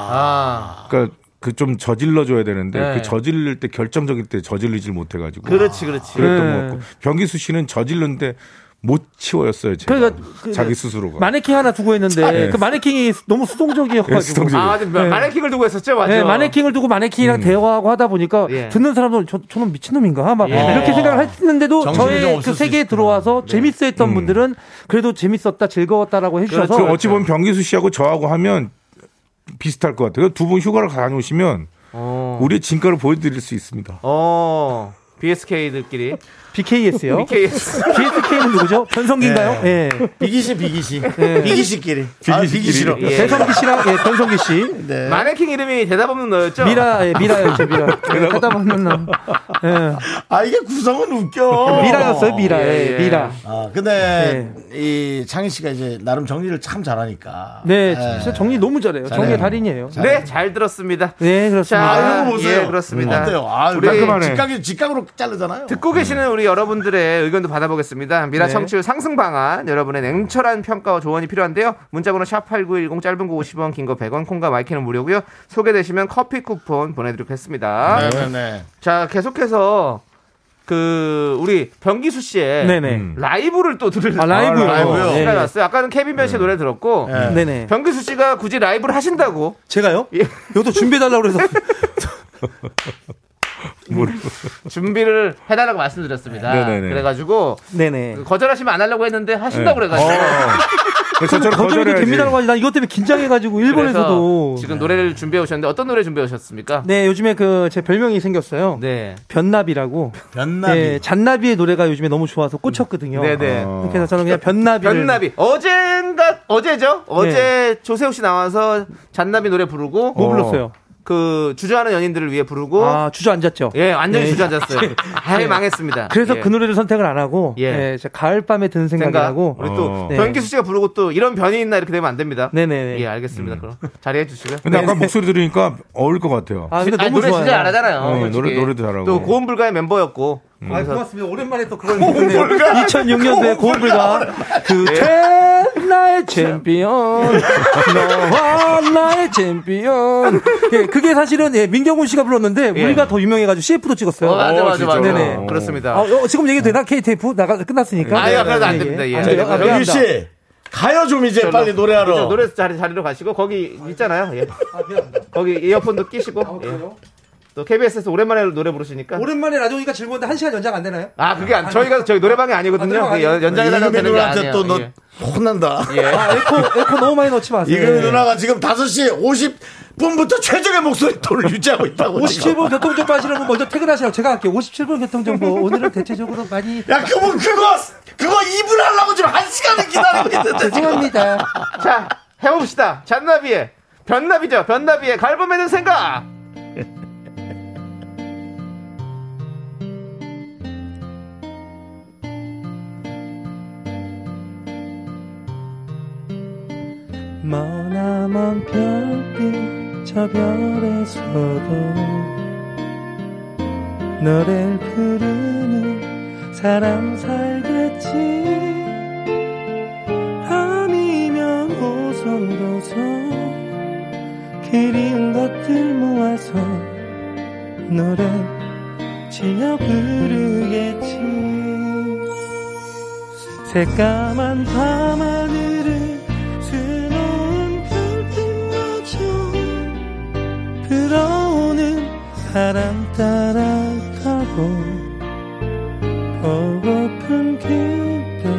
Speaker 2: 아,
Speaker 9: 그러니까 그 좀 저질러 줘야 되는데
Speaker 2: 네. 그렇죠.
Speaker 9: 그 저질릴 때 결정적일 때 저질리질 못해가지고
Speaker 2: 그렇지, 그렇지.
Speaker 9: 그랬던
Speaker 4: 네.
Speaker 9: 것 같고 변기수 씨는 저질렀는데 못 치워였어요 제가
Speaker 4: 그러니까 그-
Speaker 9: 자기 스스로가
Speaker 4: 마네킹 하나 두고 했는데
Speaker 9: 예.
Speaker 4: 그 마네킹이 너무 수동적이어가지고
Speaker 9: 예, 수동적.
Speaker 2: 아, 네. 마네킹을 두고 했었죠, 맞죠?
Speaker 4: 예, 마네킹을 두고 마네킹이랑 대화하고 하다 보니까
Speaker 2: 예.
Speaker 4: 듣는 사람들은 저, 저놈 미친놈인가 막
Speaker 2: 예.
Speaker 4: 이렇게 생각을 했는데도
Speaker 1: 정신이 좀
Speaker 4: 저의
Speaker 1: 없을
Speaker 4: 그
Speaker 1: 수 네.
Speaker 4: 세계에 들어와서 재밌어했던 분들은 그래도 재밌었다 즐거웠다라고 해주셔서
Speaker 9: 그 어찌 보면 변기수 씨하고 저하고 하면 비슷할 것 같아요 두 분 휴가를 다녀오시면
Speaker 2: 어.
Speaker 9: 우리의 진가를 보여드릴 수 있습니다
Speaker 2: 어. BSK들끼리.
Speaker 1: 그렇죠.
Speaker 4: BKS요.
Speaker 2: BKS.
Speaker 4: BSK는 누구죠? 변성기인가요?
Speaker 1: 네.
Speaker 4: 예.
Speaker 1: 비기시 비기시
Speaker 4: 네.
Speaker 1: 비기시끼리 아 비기시로
Speaker 2: 예.
Speaker 4: 변성기 씨랑 예, 변성기 씨.
Speaker 1: 네.
Speaker 2: 마네킹 이름이 대답 없는 너였죠?
Speaker 4: 미라, 예, 미라요, 제 미라. 예, 하다 보면 나. 예.
Speaker 1: 아 이게 구성은 웃겨.
Speaker 4: 미라였어요, 미라.
Speaker 2: 예,
Speaker 4: 예,
Speaker 2: 예.
Speaker 4: 미라.
Speaker 1: 아 근데 이 창희 씨가 이제 나름 정리를 참 잘하니까.
Speaker 4: 네,
Speaker 1: 예.
Speaker 4: 진짜 정리 너무 잘해요. 정리의 달인이에요.
Speaker 2: 네, 잘 들었습니다.
Speaker 4: 네, 그렇습니다.
Speaker 2: 자,
Speaker 1: 아, 이거 보세요.
Speaker 2: 예, 그렇습니다.
Speaker 1: 어때요? 아,
Speaker 2: 우리
Speaker 1: 우리
Speaker 9: 깔끔하네.
Speaker 1: 직각이 직각으로 자르잖아요.
Speaker 2: 듣고 계시는 우리 여러분들의 의견도 받아보겠습니다. 미라
Speaker 4: 네.
Speaker 2: 청취율 상승 방안, 여러분의 냉철한 평가와 조언이 필요한데요. 문자번호 샵8910 짧은 거 50원, 긴 거 100원, 콩과 마이키는 무료고요. 소개되시면 커피 쿠폰 보내드리겠습니다.
Speaker 1: 아, 네네네.
Speaker 2: 자, 계속해서 그 우리 변기수 씨의 음.
Speaker 4: 네네.
Speaker 2: 라이브를 또 들을
Speaker 4: 아, 라이브.
Speaker 9: 아,
Speaker 1: 라이브요?
Speaker 4: 예, 예.
Speaker 2: 시간 왔어요. 아까는 케빈 변 씨의 노래 들었고 음.
Speaker 1: 네.
Speaker 4: 네네.
Speaker 2: 변기수 씨가 굳이 라이브를 하신다고
Speaker 4: 제가요?
Speaker 2: 예.
Speaker 4: 이것도 준비해달라고 그래서.
Speaker 2: 준비를 해달라고 말씀드렸습니다.
Speaker 9: 네, 네, 네.
Speaker 2: 그래가지고
Speaker 4: 네네.
Speaker 2: 거절하시면 안 하려고 했는데
Speaker 4: 네.
Speaker 2: 하신다고
Speaker 9: 어.
Speaker 2: 그래가지고
Speaker 9: 그래서 네, 저를
Speaker 4: 거절이
Speaker 9: 거절해야지. 어.
Speaker 4: 됩니다라고 하지. 아, 난 이것 때문에 긴장해가지고, 일본에서도.
Speaker 2: 지금 노래를 준비해 오셨는데 어떤 노래 준비해 오셨습니까?
Speaker 4: 네, 요즘에 그, 제 별명이 생겼어요.
Speaker 2: 네.
Speaker 4: 변나비라고.
Speaker 1: 변나비.
Speaker 4: 예, 잔나비의 노래가 요즘에 너무 좋아서 꽂혔거든요.
Speaker 2: 네네.
Speaker 4: 그래서 저는 그냥 어. 변나비를. 네.
Speaker 2: 변나비 어젠가 어제죠? 어제 조세호 씨 나와서 잔나비 노래 부르고
Speaker 4: 뭐 불렀어요?
Speaker 2: 그 주저하는 연인들을 위해 부르고
Speaker 4: 아, 주저앉았죠.
Speaker 2: 예, 완전히
Speaker 4: 예.
Speaker 2: 주저앉았어요. 아예
Speaker 4: 예.
Speaker 2: 망했습니다.
Speaker 4: 그래서
Speaker 2: 예.
Speaker 4: 그 노래를 선택을 안 하고
Speaker 2: 예.
Speaker 4: 예, 제가 가을밤에 드는 생각이
Speaker 2: 생각.
Speaker 4: 나고
Speaker 2: 우리 또
Speaker 4: 어. 네.
Speaker 2: 변기수 씨가 부르고 또 이런 변이 있나 이렇게 되면 안 됩니다.
Speaker 4: 네네네. 음.
Speaker 2: 예, 알겠습니다. 그럼 자리해 주시고요.
Speaker 9: 근데 아까 목소리 들으니까 어울 것 같아요.
Speaker 2: 네. 아, 근데 너무 노래 좋아요. 진짜 잘하잖아요.
Speaker 4: 어,
Speaker 9: 네,
Speaker 2: 솔직히.
Speaker 9: 노래 노래도 잘하고.
Speaker 2: 또 고음불가의 멤버였고.
Speaker 4: 아,
Speaker 2: 그래서
Speaker 4: 고맙습니다. 오랜만에 또 그걸
Speaker 2: 고음불가?
Speaker 4: 믿었네요. 2006년도에 고음불가 그 나의 챔피언 너와 나의 챔피언 예, 그게 사실은 예, 민경훈 씨가 불렀는데
Speaker 2: 예.
Speaker 4: 우리가 더 유명해가지고 CF로 찍었어요.
Speaker 2: 어, 맞아,
Speaker 9: 어,
Speaker 2: 맞아, 맞아.
Speaker 9: 진짜요?
Speaker 4: 네네.
Speaker 2: 그렇습니다.
Speaker 4: 아, 어, 지금 얘기 되나? KTF 나가 끝났으니까.
Speaker 2: 아예 그래도 안 됩니다. 예.
Speaker 4: 안 돼요? 아,
Speaker 1: 여규
Speaker 4: 미안합니다.
Speaker 1: 씨 가요 좀 이제
Speaker 2: 저는-
Speaker 1: 빨리
Speaker 2: 이제
Speaker 1: 노래하러.
Speaker 2: 노래 자리, 자리로 가시고, 거기 있잖아요. 예. 거기 이어폰도 끼시고. 예. 또 KBS에서 오랜만에 노래 부르시니까.
Speaker 4: 아, 오랜만에 라디오니까 즐거운데 한 시간 연장 안 되나요?
Speaker 2: 아, 그게 안, 저희가 저희 노래방이 아니거든요.
Speaker 4: 아,
Speaker 2: 그 연- 연장해달라고
Speaker 1: 이금희
Speaker 2: 되는 게
Speaker 1: 누나한테
Speaker 2: 아니에요.
Speaker 1: 또 너
Speaker 2: 예.
Speaker 1: 혼난다.
Speaker 4: 아, 에코 에코 너무 많이 넣지 마세요. 예.
Speaker 1: 이금희 누나가 지금 5시 50분부터 최적의 목소리 톤을 유지하고 있다고. 지금.
Speaker 4: 57분 교통정보 하시는 분 먼저 퇴근하시라고 제가 할게요. 57분 교통정보. 오늘은 대체적으로 많이.
Speaker 1: 야, 그분 그거 그거 2분 하려고 지금 한 시간을 기다리고 있는데. 지금.
Speaker 4: 죄송합니다.
Speaker 2: 자, 해봅시다. 잔나비의, 변나비죠. 변나비의 갈범에는 생각!
Speaker 4: 머나먼 별빛 저 별에서도 너를 부르는 사람 살겠지 밤이면 오성도서 그리운 것들 모아서 노래 지어 부르겠지 새까만 밤하늘을 수놓은 별빛마저 불어오는 바람 따라 가고 보고픈 그때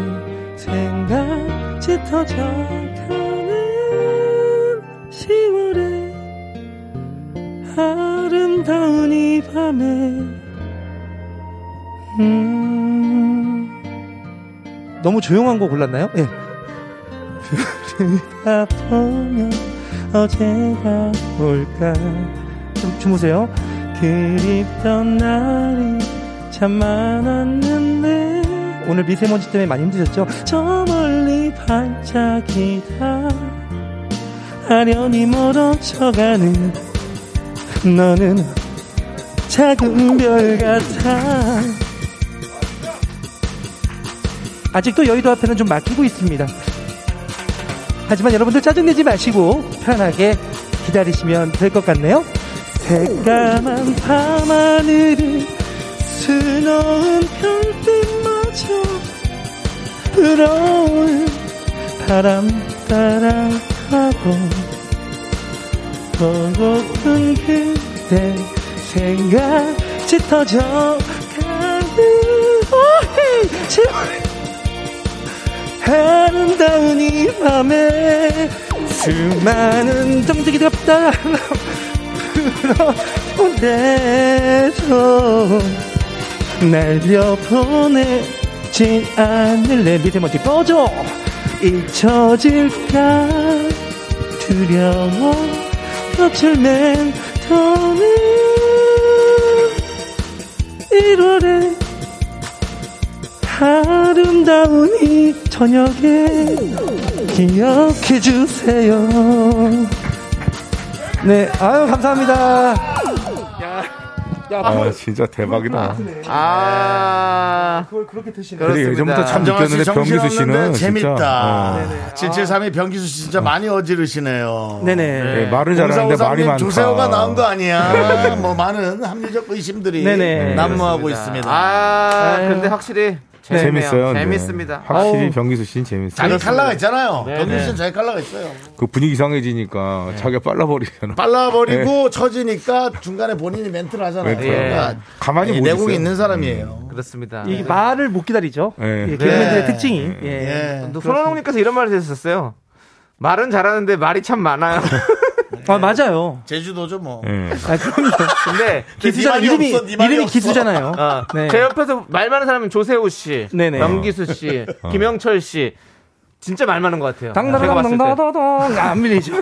Speaker 4: 생각 짙어져가는 10월의 아름다운 이 밤에 음 너무 조용한 거 골랐나요? 예. 들으다 보면 어제가 올까 좀 주무세요 그립던 날이 참 많았는데 오늘 미세먼지 때문에 많이 힘드셨죠? 저 멀리 반짝이다 아련히 멀어져가는 너는 작은 별 같아 아직도 여의도 앞에는 좀 막히고 있습니다. 하지만 여러분들 짜증내지 마시고 편하게 기다리시면 될 것 같네요. 새까만 밤하늘을 수놓은 별빛마저 불어오는 바람 따라 가고 보고픈 그대 생각 짙어져 가는 오해 제발 아름다운 이 밤에 수많은 점쟁이들 없다 불어온데도 날려보내진 않을래 미세먼지 꺼져 잊혀질까 두려워 곁을 맴도는 1월에 아름다운 이 저녁에 기억해 주세요. 네, 아유 감사합니다.
Speaker 9: 아, 진짜 대박이다.
Speaker 2: 네. 아.
Speaker 4: 그걸 그렇게 드시네.
Speaker 9: 그래
Speaker 2: 그렇습니다.
Speaker 9: 예전부터 참
Speaker 1: 정정환 씨
Speaker 9: 느꼈는데
Speaker 1: 정신
Speaker 9: 병기수
Speaker 1: 없는데
Speaker 9: 씨는
Speaker 1: 재밌다.
Speaker 9: 진짜, 어.
Speaker 1: 7732 병기수 씨 진짜 많이 어지르시네요.
Speaker 4: 네, 네네.
Speaker 9: 네, 말은 잘하는데 말이
Speaker 1: 공사오사님
Speaker 9: 많다.
Speaker 1: 조세호가 나온 거 아니야? 뭐 많은 합리적 의심들이
Speaker 4: 네네.
Speaker 1: 난무하고
Speaker 2: 그렇습니다.
Speaker 1: 있습니다.
Speaker 2: 아,
Speaker 4: 아유.
Speaker 2: 근데 확실히 재밌네요.
Speaker 9: 재밌어요. 네.
Speaker 2: 재밌습니다.
Speaker 9: 확실히
Speaker 4: 아우.
Speaker 9: 병기수 씨는 재밌어요.
Speaker 1: 자기 칼라가 있잖아요.
Speaker 2: 네네.
Speaker 1: 병기수 씨는 자기 칼라가 있어요.
Speaker 9: 그 분위기 이상해지니까 자기가 빨라버리잖아.
Speaker 1: 빨라버리고 처지니까 중간에 본인이 멘트를 하잖아요.
Speaker 9: 멘트.
Speaker 1: 그러니까
Speaker 9: 가만히
Speaker 1: 이
Speaker 9: 못
Speaker 1: 내공이
Speaker 9: 있어요.
Speaker 1: 있는 사람이에요.
Speaker 2: 그렇습니다. 네,
Speaker 4: 이 말을 못 기다리죠.
Speaker 9: 네.
Speaker 4: 예,
Speaker 9: 네.
Speaker 4: 개그맨들의 특징이. 예.
Speaker 1: 예.
Speaker 2: 또 손원홍님께서 이런 말을 해주셨어요. 말은 잘하는데 말이 참 많아요.
Speaker 4: 아 맞아요.
Speaker 1: 제주도죠 뭐.
Speaker 9: 예.
Speaker 4: 아 그럼요.
Speaker 2: 근데
Speaker 4: 기수잖아.
Speaker 1: 네 말이
Speaker 4: 이름이
Speaker 1: 없어, 네 말이
Speaker 4: 이름이
Speaker 1: 없어.
Speaker 4: 기수잖아요.
Speaker 2: 어,
Speaker 4: 네.
Speaker 2: 제 옆에서 말 많은 사람은 조세호 씨,
Speaker 4: 네네.
Speaker 2: 명기수 씨,
Speaker 9: 어.
Speaker 2: 김영철 씨. 진짜 말 많은 것 같아요. 제가 봤을 때.
Speaker 4: 당당당당당당 안 밀리죠.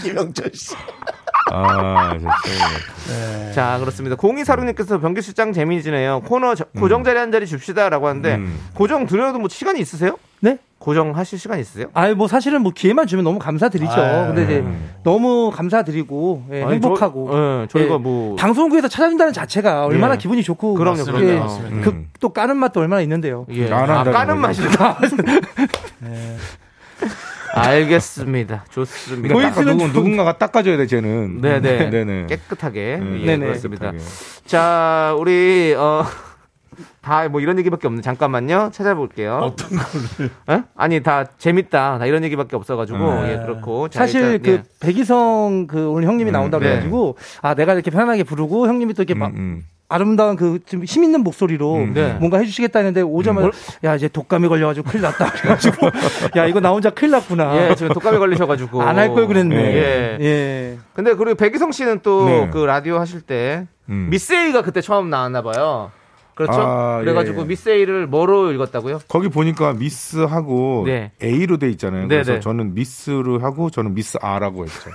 Speaker 1: 김영철 씨.
Speaker 9: 아, 진짜.
Speaker 2: 자 그렇습니다. 공이사루님께서 변기실장 재미지네요. 코너 저-
Speaker 9: 음.
Speaker 2: 고정 자리 한 자리 줍시다라고 하는데 고정 들어도 뭐 시간이 있으세요?
Speaker 4: 네?
Speaker 2: 고정하실 시간 있으세요?
Speaker 4: 아니 뭐 사실은 뭐 기회만 주면 너무 감사드리죠.
Speaker 2: 아유. 예. 음.
Speaker 4: 근데 이제 너무 감사드리고 예,
Speaker 2: 아니,
Speaker 4: 행복하고
Speaker 2: 저- 예, 저희가 뭐-
Speaker 4: 방송국에서 찾아준다는 자체가 얼마나
Speaker 2: 예.
Speaker 4: 기분이 좋고
Speaker 2: 그럼요,
Speaker 4: 맞습니다.
Speaker 2: 그럼요.
Speaker 4: 예, 그, 또 까는 맛도 얼마나 있는데요.
Speaker 2: 예.
Speaker 9: 음. 안
Speaker 2: 아,
Speaker 9: 한다는
Speaker 2: 까는
Speaker 9: 거지.
Speaker 2: 맛이다.
Speaker 4: 네.
Speaker 2: 알겠습니다. 좋습니다.
Speaker 9: 포인트는 그러니까 누군, 누군가가 닦아줘야 돼, 쟤는.
Speaker 2: 네네.
Speaker 9: 네네.
Speaker 2: 깨끗하게.
Speaker 9: 음.
Speaker 2: 예,
Speaker 9: 네네.
Speaker 2: 그렇습니다.
Speaker 9: 깨끗하게.
Speaker 2: 자, 우리, 어, 다 뭐 이런 얘기밖에 없네. 잠깐만요. 찾아볼게요.
Speaker 1: 어떤
Speaker 2: 걸 아니, 다 재밌다. 다 이런 얘기밖에 없어가지고.
Speaker 4: 네.
Speaker 2: 예, 그렇고. 자,
Speaker 4: 사실
Speaker 2: 일단,
Speaker 4: 그
Speaker 2: 예.
Speaker 4: 백이성 그 오늘 형님이 나온다
Speaker 2: 네. 음.
Speaker 4: 그래가지고 아 내가 이렇게 편안하게 부르고 형님이 또 이렇게 막
Speaker 9: 음.
Speaker 4: 아름다운 그 좀 힘 있는 목소리로
Speaker 2: 네. 음,
Speaker 4: 뭔가 해주시겠다 했는데 오자마자 야 이제 독감이 걸려가지고 큰일 났다 그래가지고 야 이거 나 혼자 큰일 났구나
Speaker 9: 네.
Speaker 2: 예, 지금 독감에 걸리셔가지고.
Speaker 4: 안 할 걸 그랬네
Speaker 2: 예.
Speaker 4: 예.
Speaker 2: 근데 그리고 백이성 씨는 또
Speaker 9: 네.
Speaker 2: 그 라디오 하실 때
Speaker 9: 음.
Speaker 2: 미세이가 그때 처음 나왔나 봐요. 그렇죠?
Speaker 9: 아,
Speaker 2: 그래가지고
Speaker 9: 예, 예.
Speaker 2: 미세이를 뭐로 읽었다고요?
Speaker 9: 거기 보니까 미스하고
Speaker 2: 네.
Speaker 9: A로 돼 있잖아요. 그래서
Speaker 2: 네네.
Speaker 9: 저는 미스로 하고 저는 미스 R라고 했죠.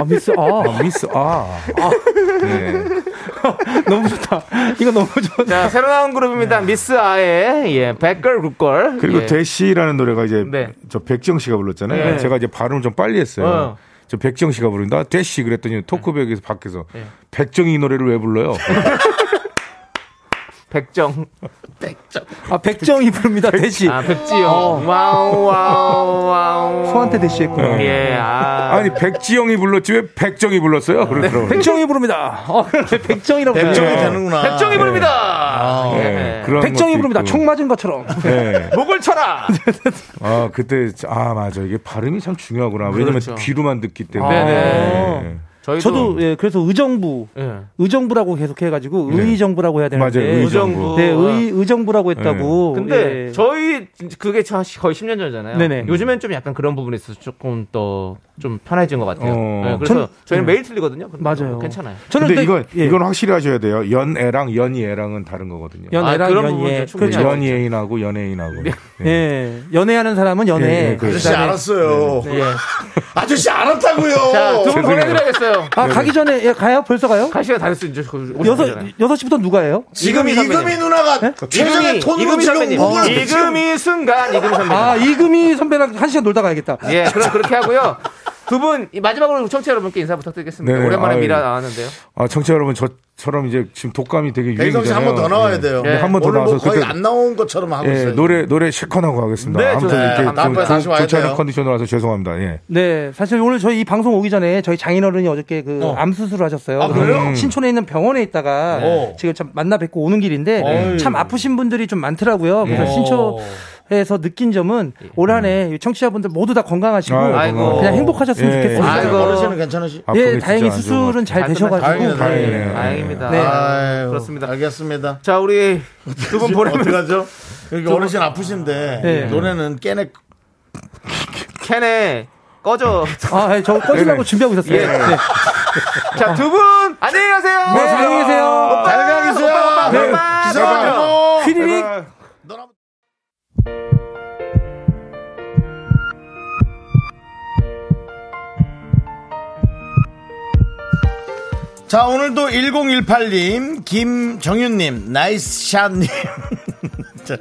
Speaker 4: 아 미스 아
Speaker 9: 아, 미스 R. 네.
Speaker 4: 너무 좋다 이거 너무 좋다
Speaker 2: 자, 새로 나온 그룹입니다. 미스 아의 예, 백걸 굿걸.
Speaker 9: 네. 그리고
Speaker 2: 예.
Speaker 9: 대시라는 노래가 이제
Speaker 2: 네.
Speaker 9: 저 백지영 씨가 불렀잖아요.
Speaker 2: 네.
Speaker 9: 제가 이제 발음을 좀 빨리 했어요.
Speaker 2: 어.
Speaker 9: 저 백지영 씨가 부른다. 대시 그랬더니 토크백에서 밖에서 백정이 이 노래를 왜 불러요?
Speaker 2: 백정.
Speaker 4: 아 백정이 부릅니다 대시
Speaker 2: 아, 백지영. 와우, 와우, 와우.
Speaker 4: 어. 소한테 대시했구나
Speaker 2: 예, 아.
Speaker 9: 아니 백지영이 불렀지 왜 백정이 불렀어요? 그러더라고요.
Speaker 4: 백정이 부릅니다 어 그래 백정이라고
Speaker 2: 네.
Speaker 1: 백정이
Speaker 4: 불러요.
Speaker 1: 되는구나.
Speaker 2: 백정이 부릅니다.
Speaker 9: 네,
Speaker 2: 예.
Speaker 9: 그런
Speaker 4: 백정이
Speaker 9: 것도
Speaker 4: 부릅니다
Speaker 9: 있고.
Speaker 4: 총 맞은 것처럼
Speaker 9: 네.
Speaker 2: 목을 쳐라!
Speaker 9: 아 그때 자- 아 맞아 이게 발음이 참 중요하구나. 왜냐면
Speaker 2: 그렇죠. 아,
Speaker 9: 귀로만 듣기 때문에.
Speaker 2: 네네.
Speaker 9: 네.
Speaker 2: 저희도.
Speaker 4: 저도 예 그래서 의정부
Speaker 2: 예.
Speaker 4: 의정부라고 계속 해가지고
Speaker 9: 네.
Speaker 4: 의정부라고 해야 되는데
Speaker 9: 맞아요, 네. 의정부.
Speaker 2: 의정부.
Speaker 4: 네, 의, 의정부라고 했다고.
Speaker 2: 근데
Speaker 4: 예.
Speaker 2: 저희 그게 저 거의 10년 전이잖아요.
Speaker 4: 네네.
Speaker 2: 요즘엔 좀 약간 그런 부분에 있어서 조금 더 좀 편해진 것 같아요.
Speaker 9: 어.
Speaker 2: 네, 그래서
Speaker 4: 전-
Speaker 2: 저희는
Speaker 4: 네.
Speaker 2: 매일 틀리거든요. 근데
Speaker 4: 맞아요.
Speaker 2: 괜찮아요.
Speaker 4: 저는
Speaker 9: 근데
Speaker 4: 또-
Speaker 9: 이건
Speaker 4: 예.
Speaker 9: 이건 확실히 하셔야 돼요. 연애랑 연예랑은 다른 거거든요.
Speaker 4: 연애랑
Speaker 2: 아, 그런 부분은
Speaker 4: 연예.
Speaker 2: 충분히
Speaker 4: 그렇죠.
Speaker 2: 알죠.
Speaker 9: 연예인하고 연예인하고. 네.
Speaker 4: 예. 연애하는 사람은 연애.
Speaker 9: 예, 예, 그렇죠.
Speaker 1: 아저씨 알았어요.
Speaker 4: 예.
Speaker 1: 아저씨 알았다고요.
Speaker 2: 자, 어, 두 분
Speaker 9: 죄송해요.
Speaker 2: 보내드려야겠어요.
Speaker 4: 아, 가기 전에 예, 가요? 벌써 가요?
Speaker 2: 갈 시간 다 됐어요. 이제 오시면
Speaker 4: 여섯
Speaker 2: 되잖아요.
Speaker 4: 여섯 시부터 누가 해요?
Speaker 1: 지금
Speaker 2: 이금희 선배님.
Speaker 1: 이금희 누나가 최근에 톤으로 지금 목을
Speaker 2: 이금이 순간 이금 선배님.
Speaker 4: 아, 이금희 선배랑 한 시간 놀다 가야겠다.
Speaker 2: 예, 그럼 그렇게 하고요. 두 분 마지막으로 청취자 여러분께 인사 부탁드리겠습니다.
Speaker 9: 네네,
Speaker 2: 오랜만에
Speaker 9: 아유.
Speaker 2: 미라 나왔는데요.
Speaker 9: 아 청취자 여러분 저처럼 이제 지금 독감이 되게
Speaker 1: 백성
Speaker 9: 유행이잖아요.
Speaker 1: 씨한 번 더 나와야
Speaker 9: 예.
Speaker 1: 돼요.
Speaker 9: 네, 한번더
Speaker 1: 오늘 뭐
Speaker 9: 나와서
Speaker 1: 거의
Speaker 9: 그때-
Speaker 1: 안 나온 것처럼 하고
Speaker 9: 예,
Speaker 1: 있어요.
Speaker 9: 노래 노래 실컷하고 가겠습니다.
Speaker 2: 네,
Speaker 9: 아무튼
Speaker 2: 좋습니다.
Speaker 9: 이렇게 좀
Speaker 1: 다음번에 다시 와야
Speaker 9: 좋지 않은
Speaker 1: 돼요.
Speaker 9: 컨디션으로서 죄송합니다. 예.
Speaker 4: 네, 사실 오늘 저희 이 방송 오기 전에 저희 장인어른이 어저께 그 암 수술을 하셨어요.
Speaker 1: 아, 그래요?
Speaker 4: 음. 신촌에 있는 병원에 있다가
Speaker 2: 어.
Speaker 1: 네.
Speaker 4: 지금 참 만나 뵙고 오는 길인데
Speaker 1: 어이.
Speaker 4: 참 아프신 분들이 좀 많더라고요.
Speaker 2: 어.
Speaker 4: 그래서 신촌에서 느낀 점은 올 한해 청취자분들 모두 다 건강하시고
Speaker 2: 아이고.
Speaker 4: 그냥 행복하셨으면
Speaker 9: 예.
Speaker 4: 좋겠어요.
Speaker 1: 아이고
Speaker 2: 아이고.
Speaker 1: 어르신은 괜찮으시.
Speaker 9: 아프게
Speaker 4: 예,
Speaker 9: 진짜
Speaker 4: 다행히
Speaker 9: 안 좋은 것
Speaker 4: 수술은 잘
Speaker 2: 잘
Speaker 4: 되셔가지고
Speaker 1: 끝났- 다행이네요.
Speaker 4: 예.
Speaker 1: 네.
Speaker 2: 다행입니다.
Speaker 4: 네.
Speaker 1: 아유,
Speaker 2: 그렇습니다.
Speaker 1: 알겠습니다.
Speaker 2: 자, 우리 두 분 보내면
Speaker 1: 어떡하죠? 여기 어르신 아프신데
Speaker 4: 네.
Speaker 1: 노래는 깨내
Speaker 2: 캔에 꺼져.
Speaker 4: 아, 저 꺼지려고 준비하고 있었어요.
Speaker 2: 예.
Speaker 4: 네.
Speaker 2: 자, 두 분 안녕히 가세요.
Speaker 4: 안녕히 계세요.
Speaker 2: 오빠,
Speaker 1: 안녕히 계세요.
Speaker 2: 오빠, 오빠,
Speaker 1: 네.
Speaker 2: 오빠.
Speaker 1: 기사 제목.
Speaker 4: 휘리릭.
Speaker 1: 자, 오늘도 1018님, 김정윤님, 나이스 샷님. 자,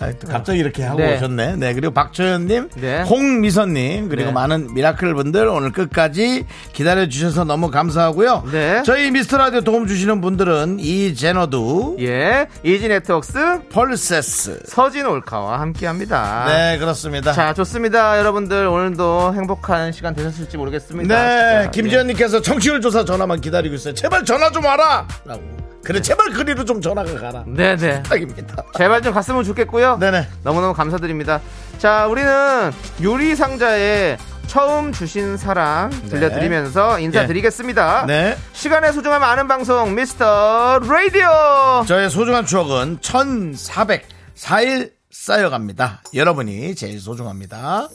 Speaker 1: 아, 또 갑자기 이렇게 하고
Speaker 2: 네.
Speaker 1: 오셨네. 네, 그리고 박초연님,
Speaker 2: 네.
Speaker 1: 홍미선님, 그리고
Speaker 2: 네.
Speaker 1: 많은 미라클 분들 오늘 끝까지 기다려주셔서 너무 감사하고요.
Speaker 2: 네.
Speaker 1: 저희 미스터라디오 도움 주시는 분들은 이제너두,
Speaker 2: 예, 이지 네트웍스
Speaker 1: 펄세스.
Speaker 2: 서진 올카와 함께합니다.
Speaker 1: 네, 그렇습니다.
Speaker 2: 아, 자, 좋습니다. 여러분들 오늘도 행복한 시간 되셨을지 모르겠습니다.
Speaker 1: 네,
Speaker 2: 진짜. 예.
Speaker 1: 김지현님께서 정치율 조사 전화만 기다리고 있어요. 제발 전화 좀 와라! 라고.
Speaker 2: 예.
Speaker 1: 그래, 제발 그리로 좀 전화가 가라.
Speaker 2: 네, 네.
Speaker 1: 부탁입니다.
Speaker 2: 제발 좀 갔으면 좋겠고요.
Speaker 1: 네네.
Speaker 2: 너무너무 감사드립니다. 자, 우리는 요리 상자에 처음 주신 사랑 들려드리면서 인사드리겠습니다.
Speaker 1: 예. 네.
Speaker 2: 시간의 소중함 아는 방송 미스터 라디오.
Speaker 1: 저의 소중한 추억은 1,404일 쌓여갑니다. 여러분이 제일 소중합니다.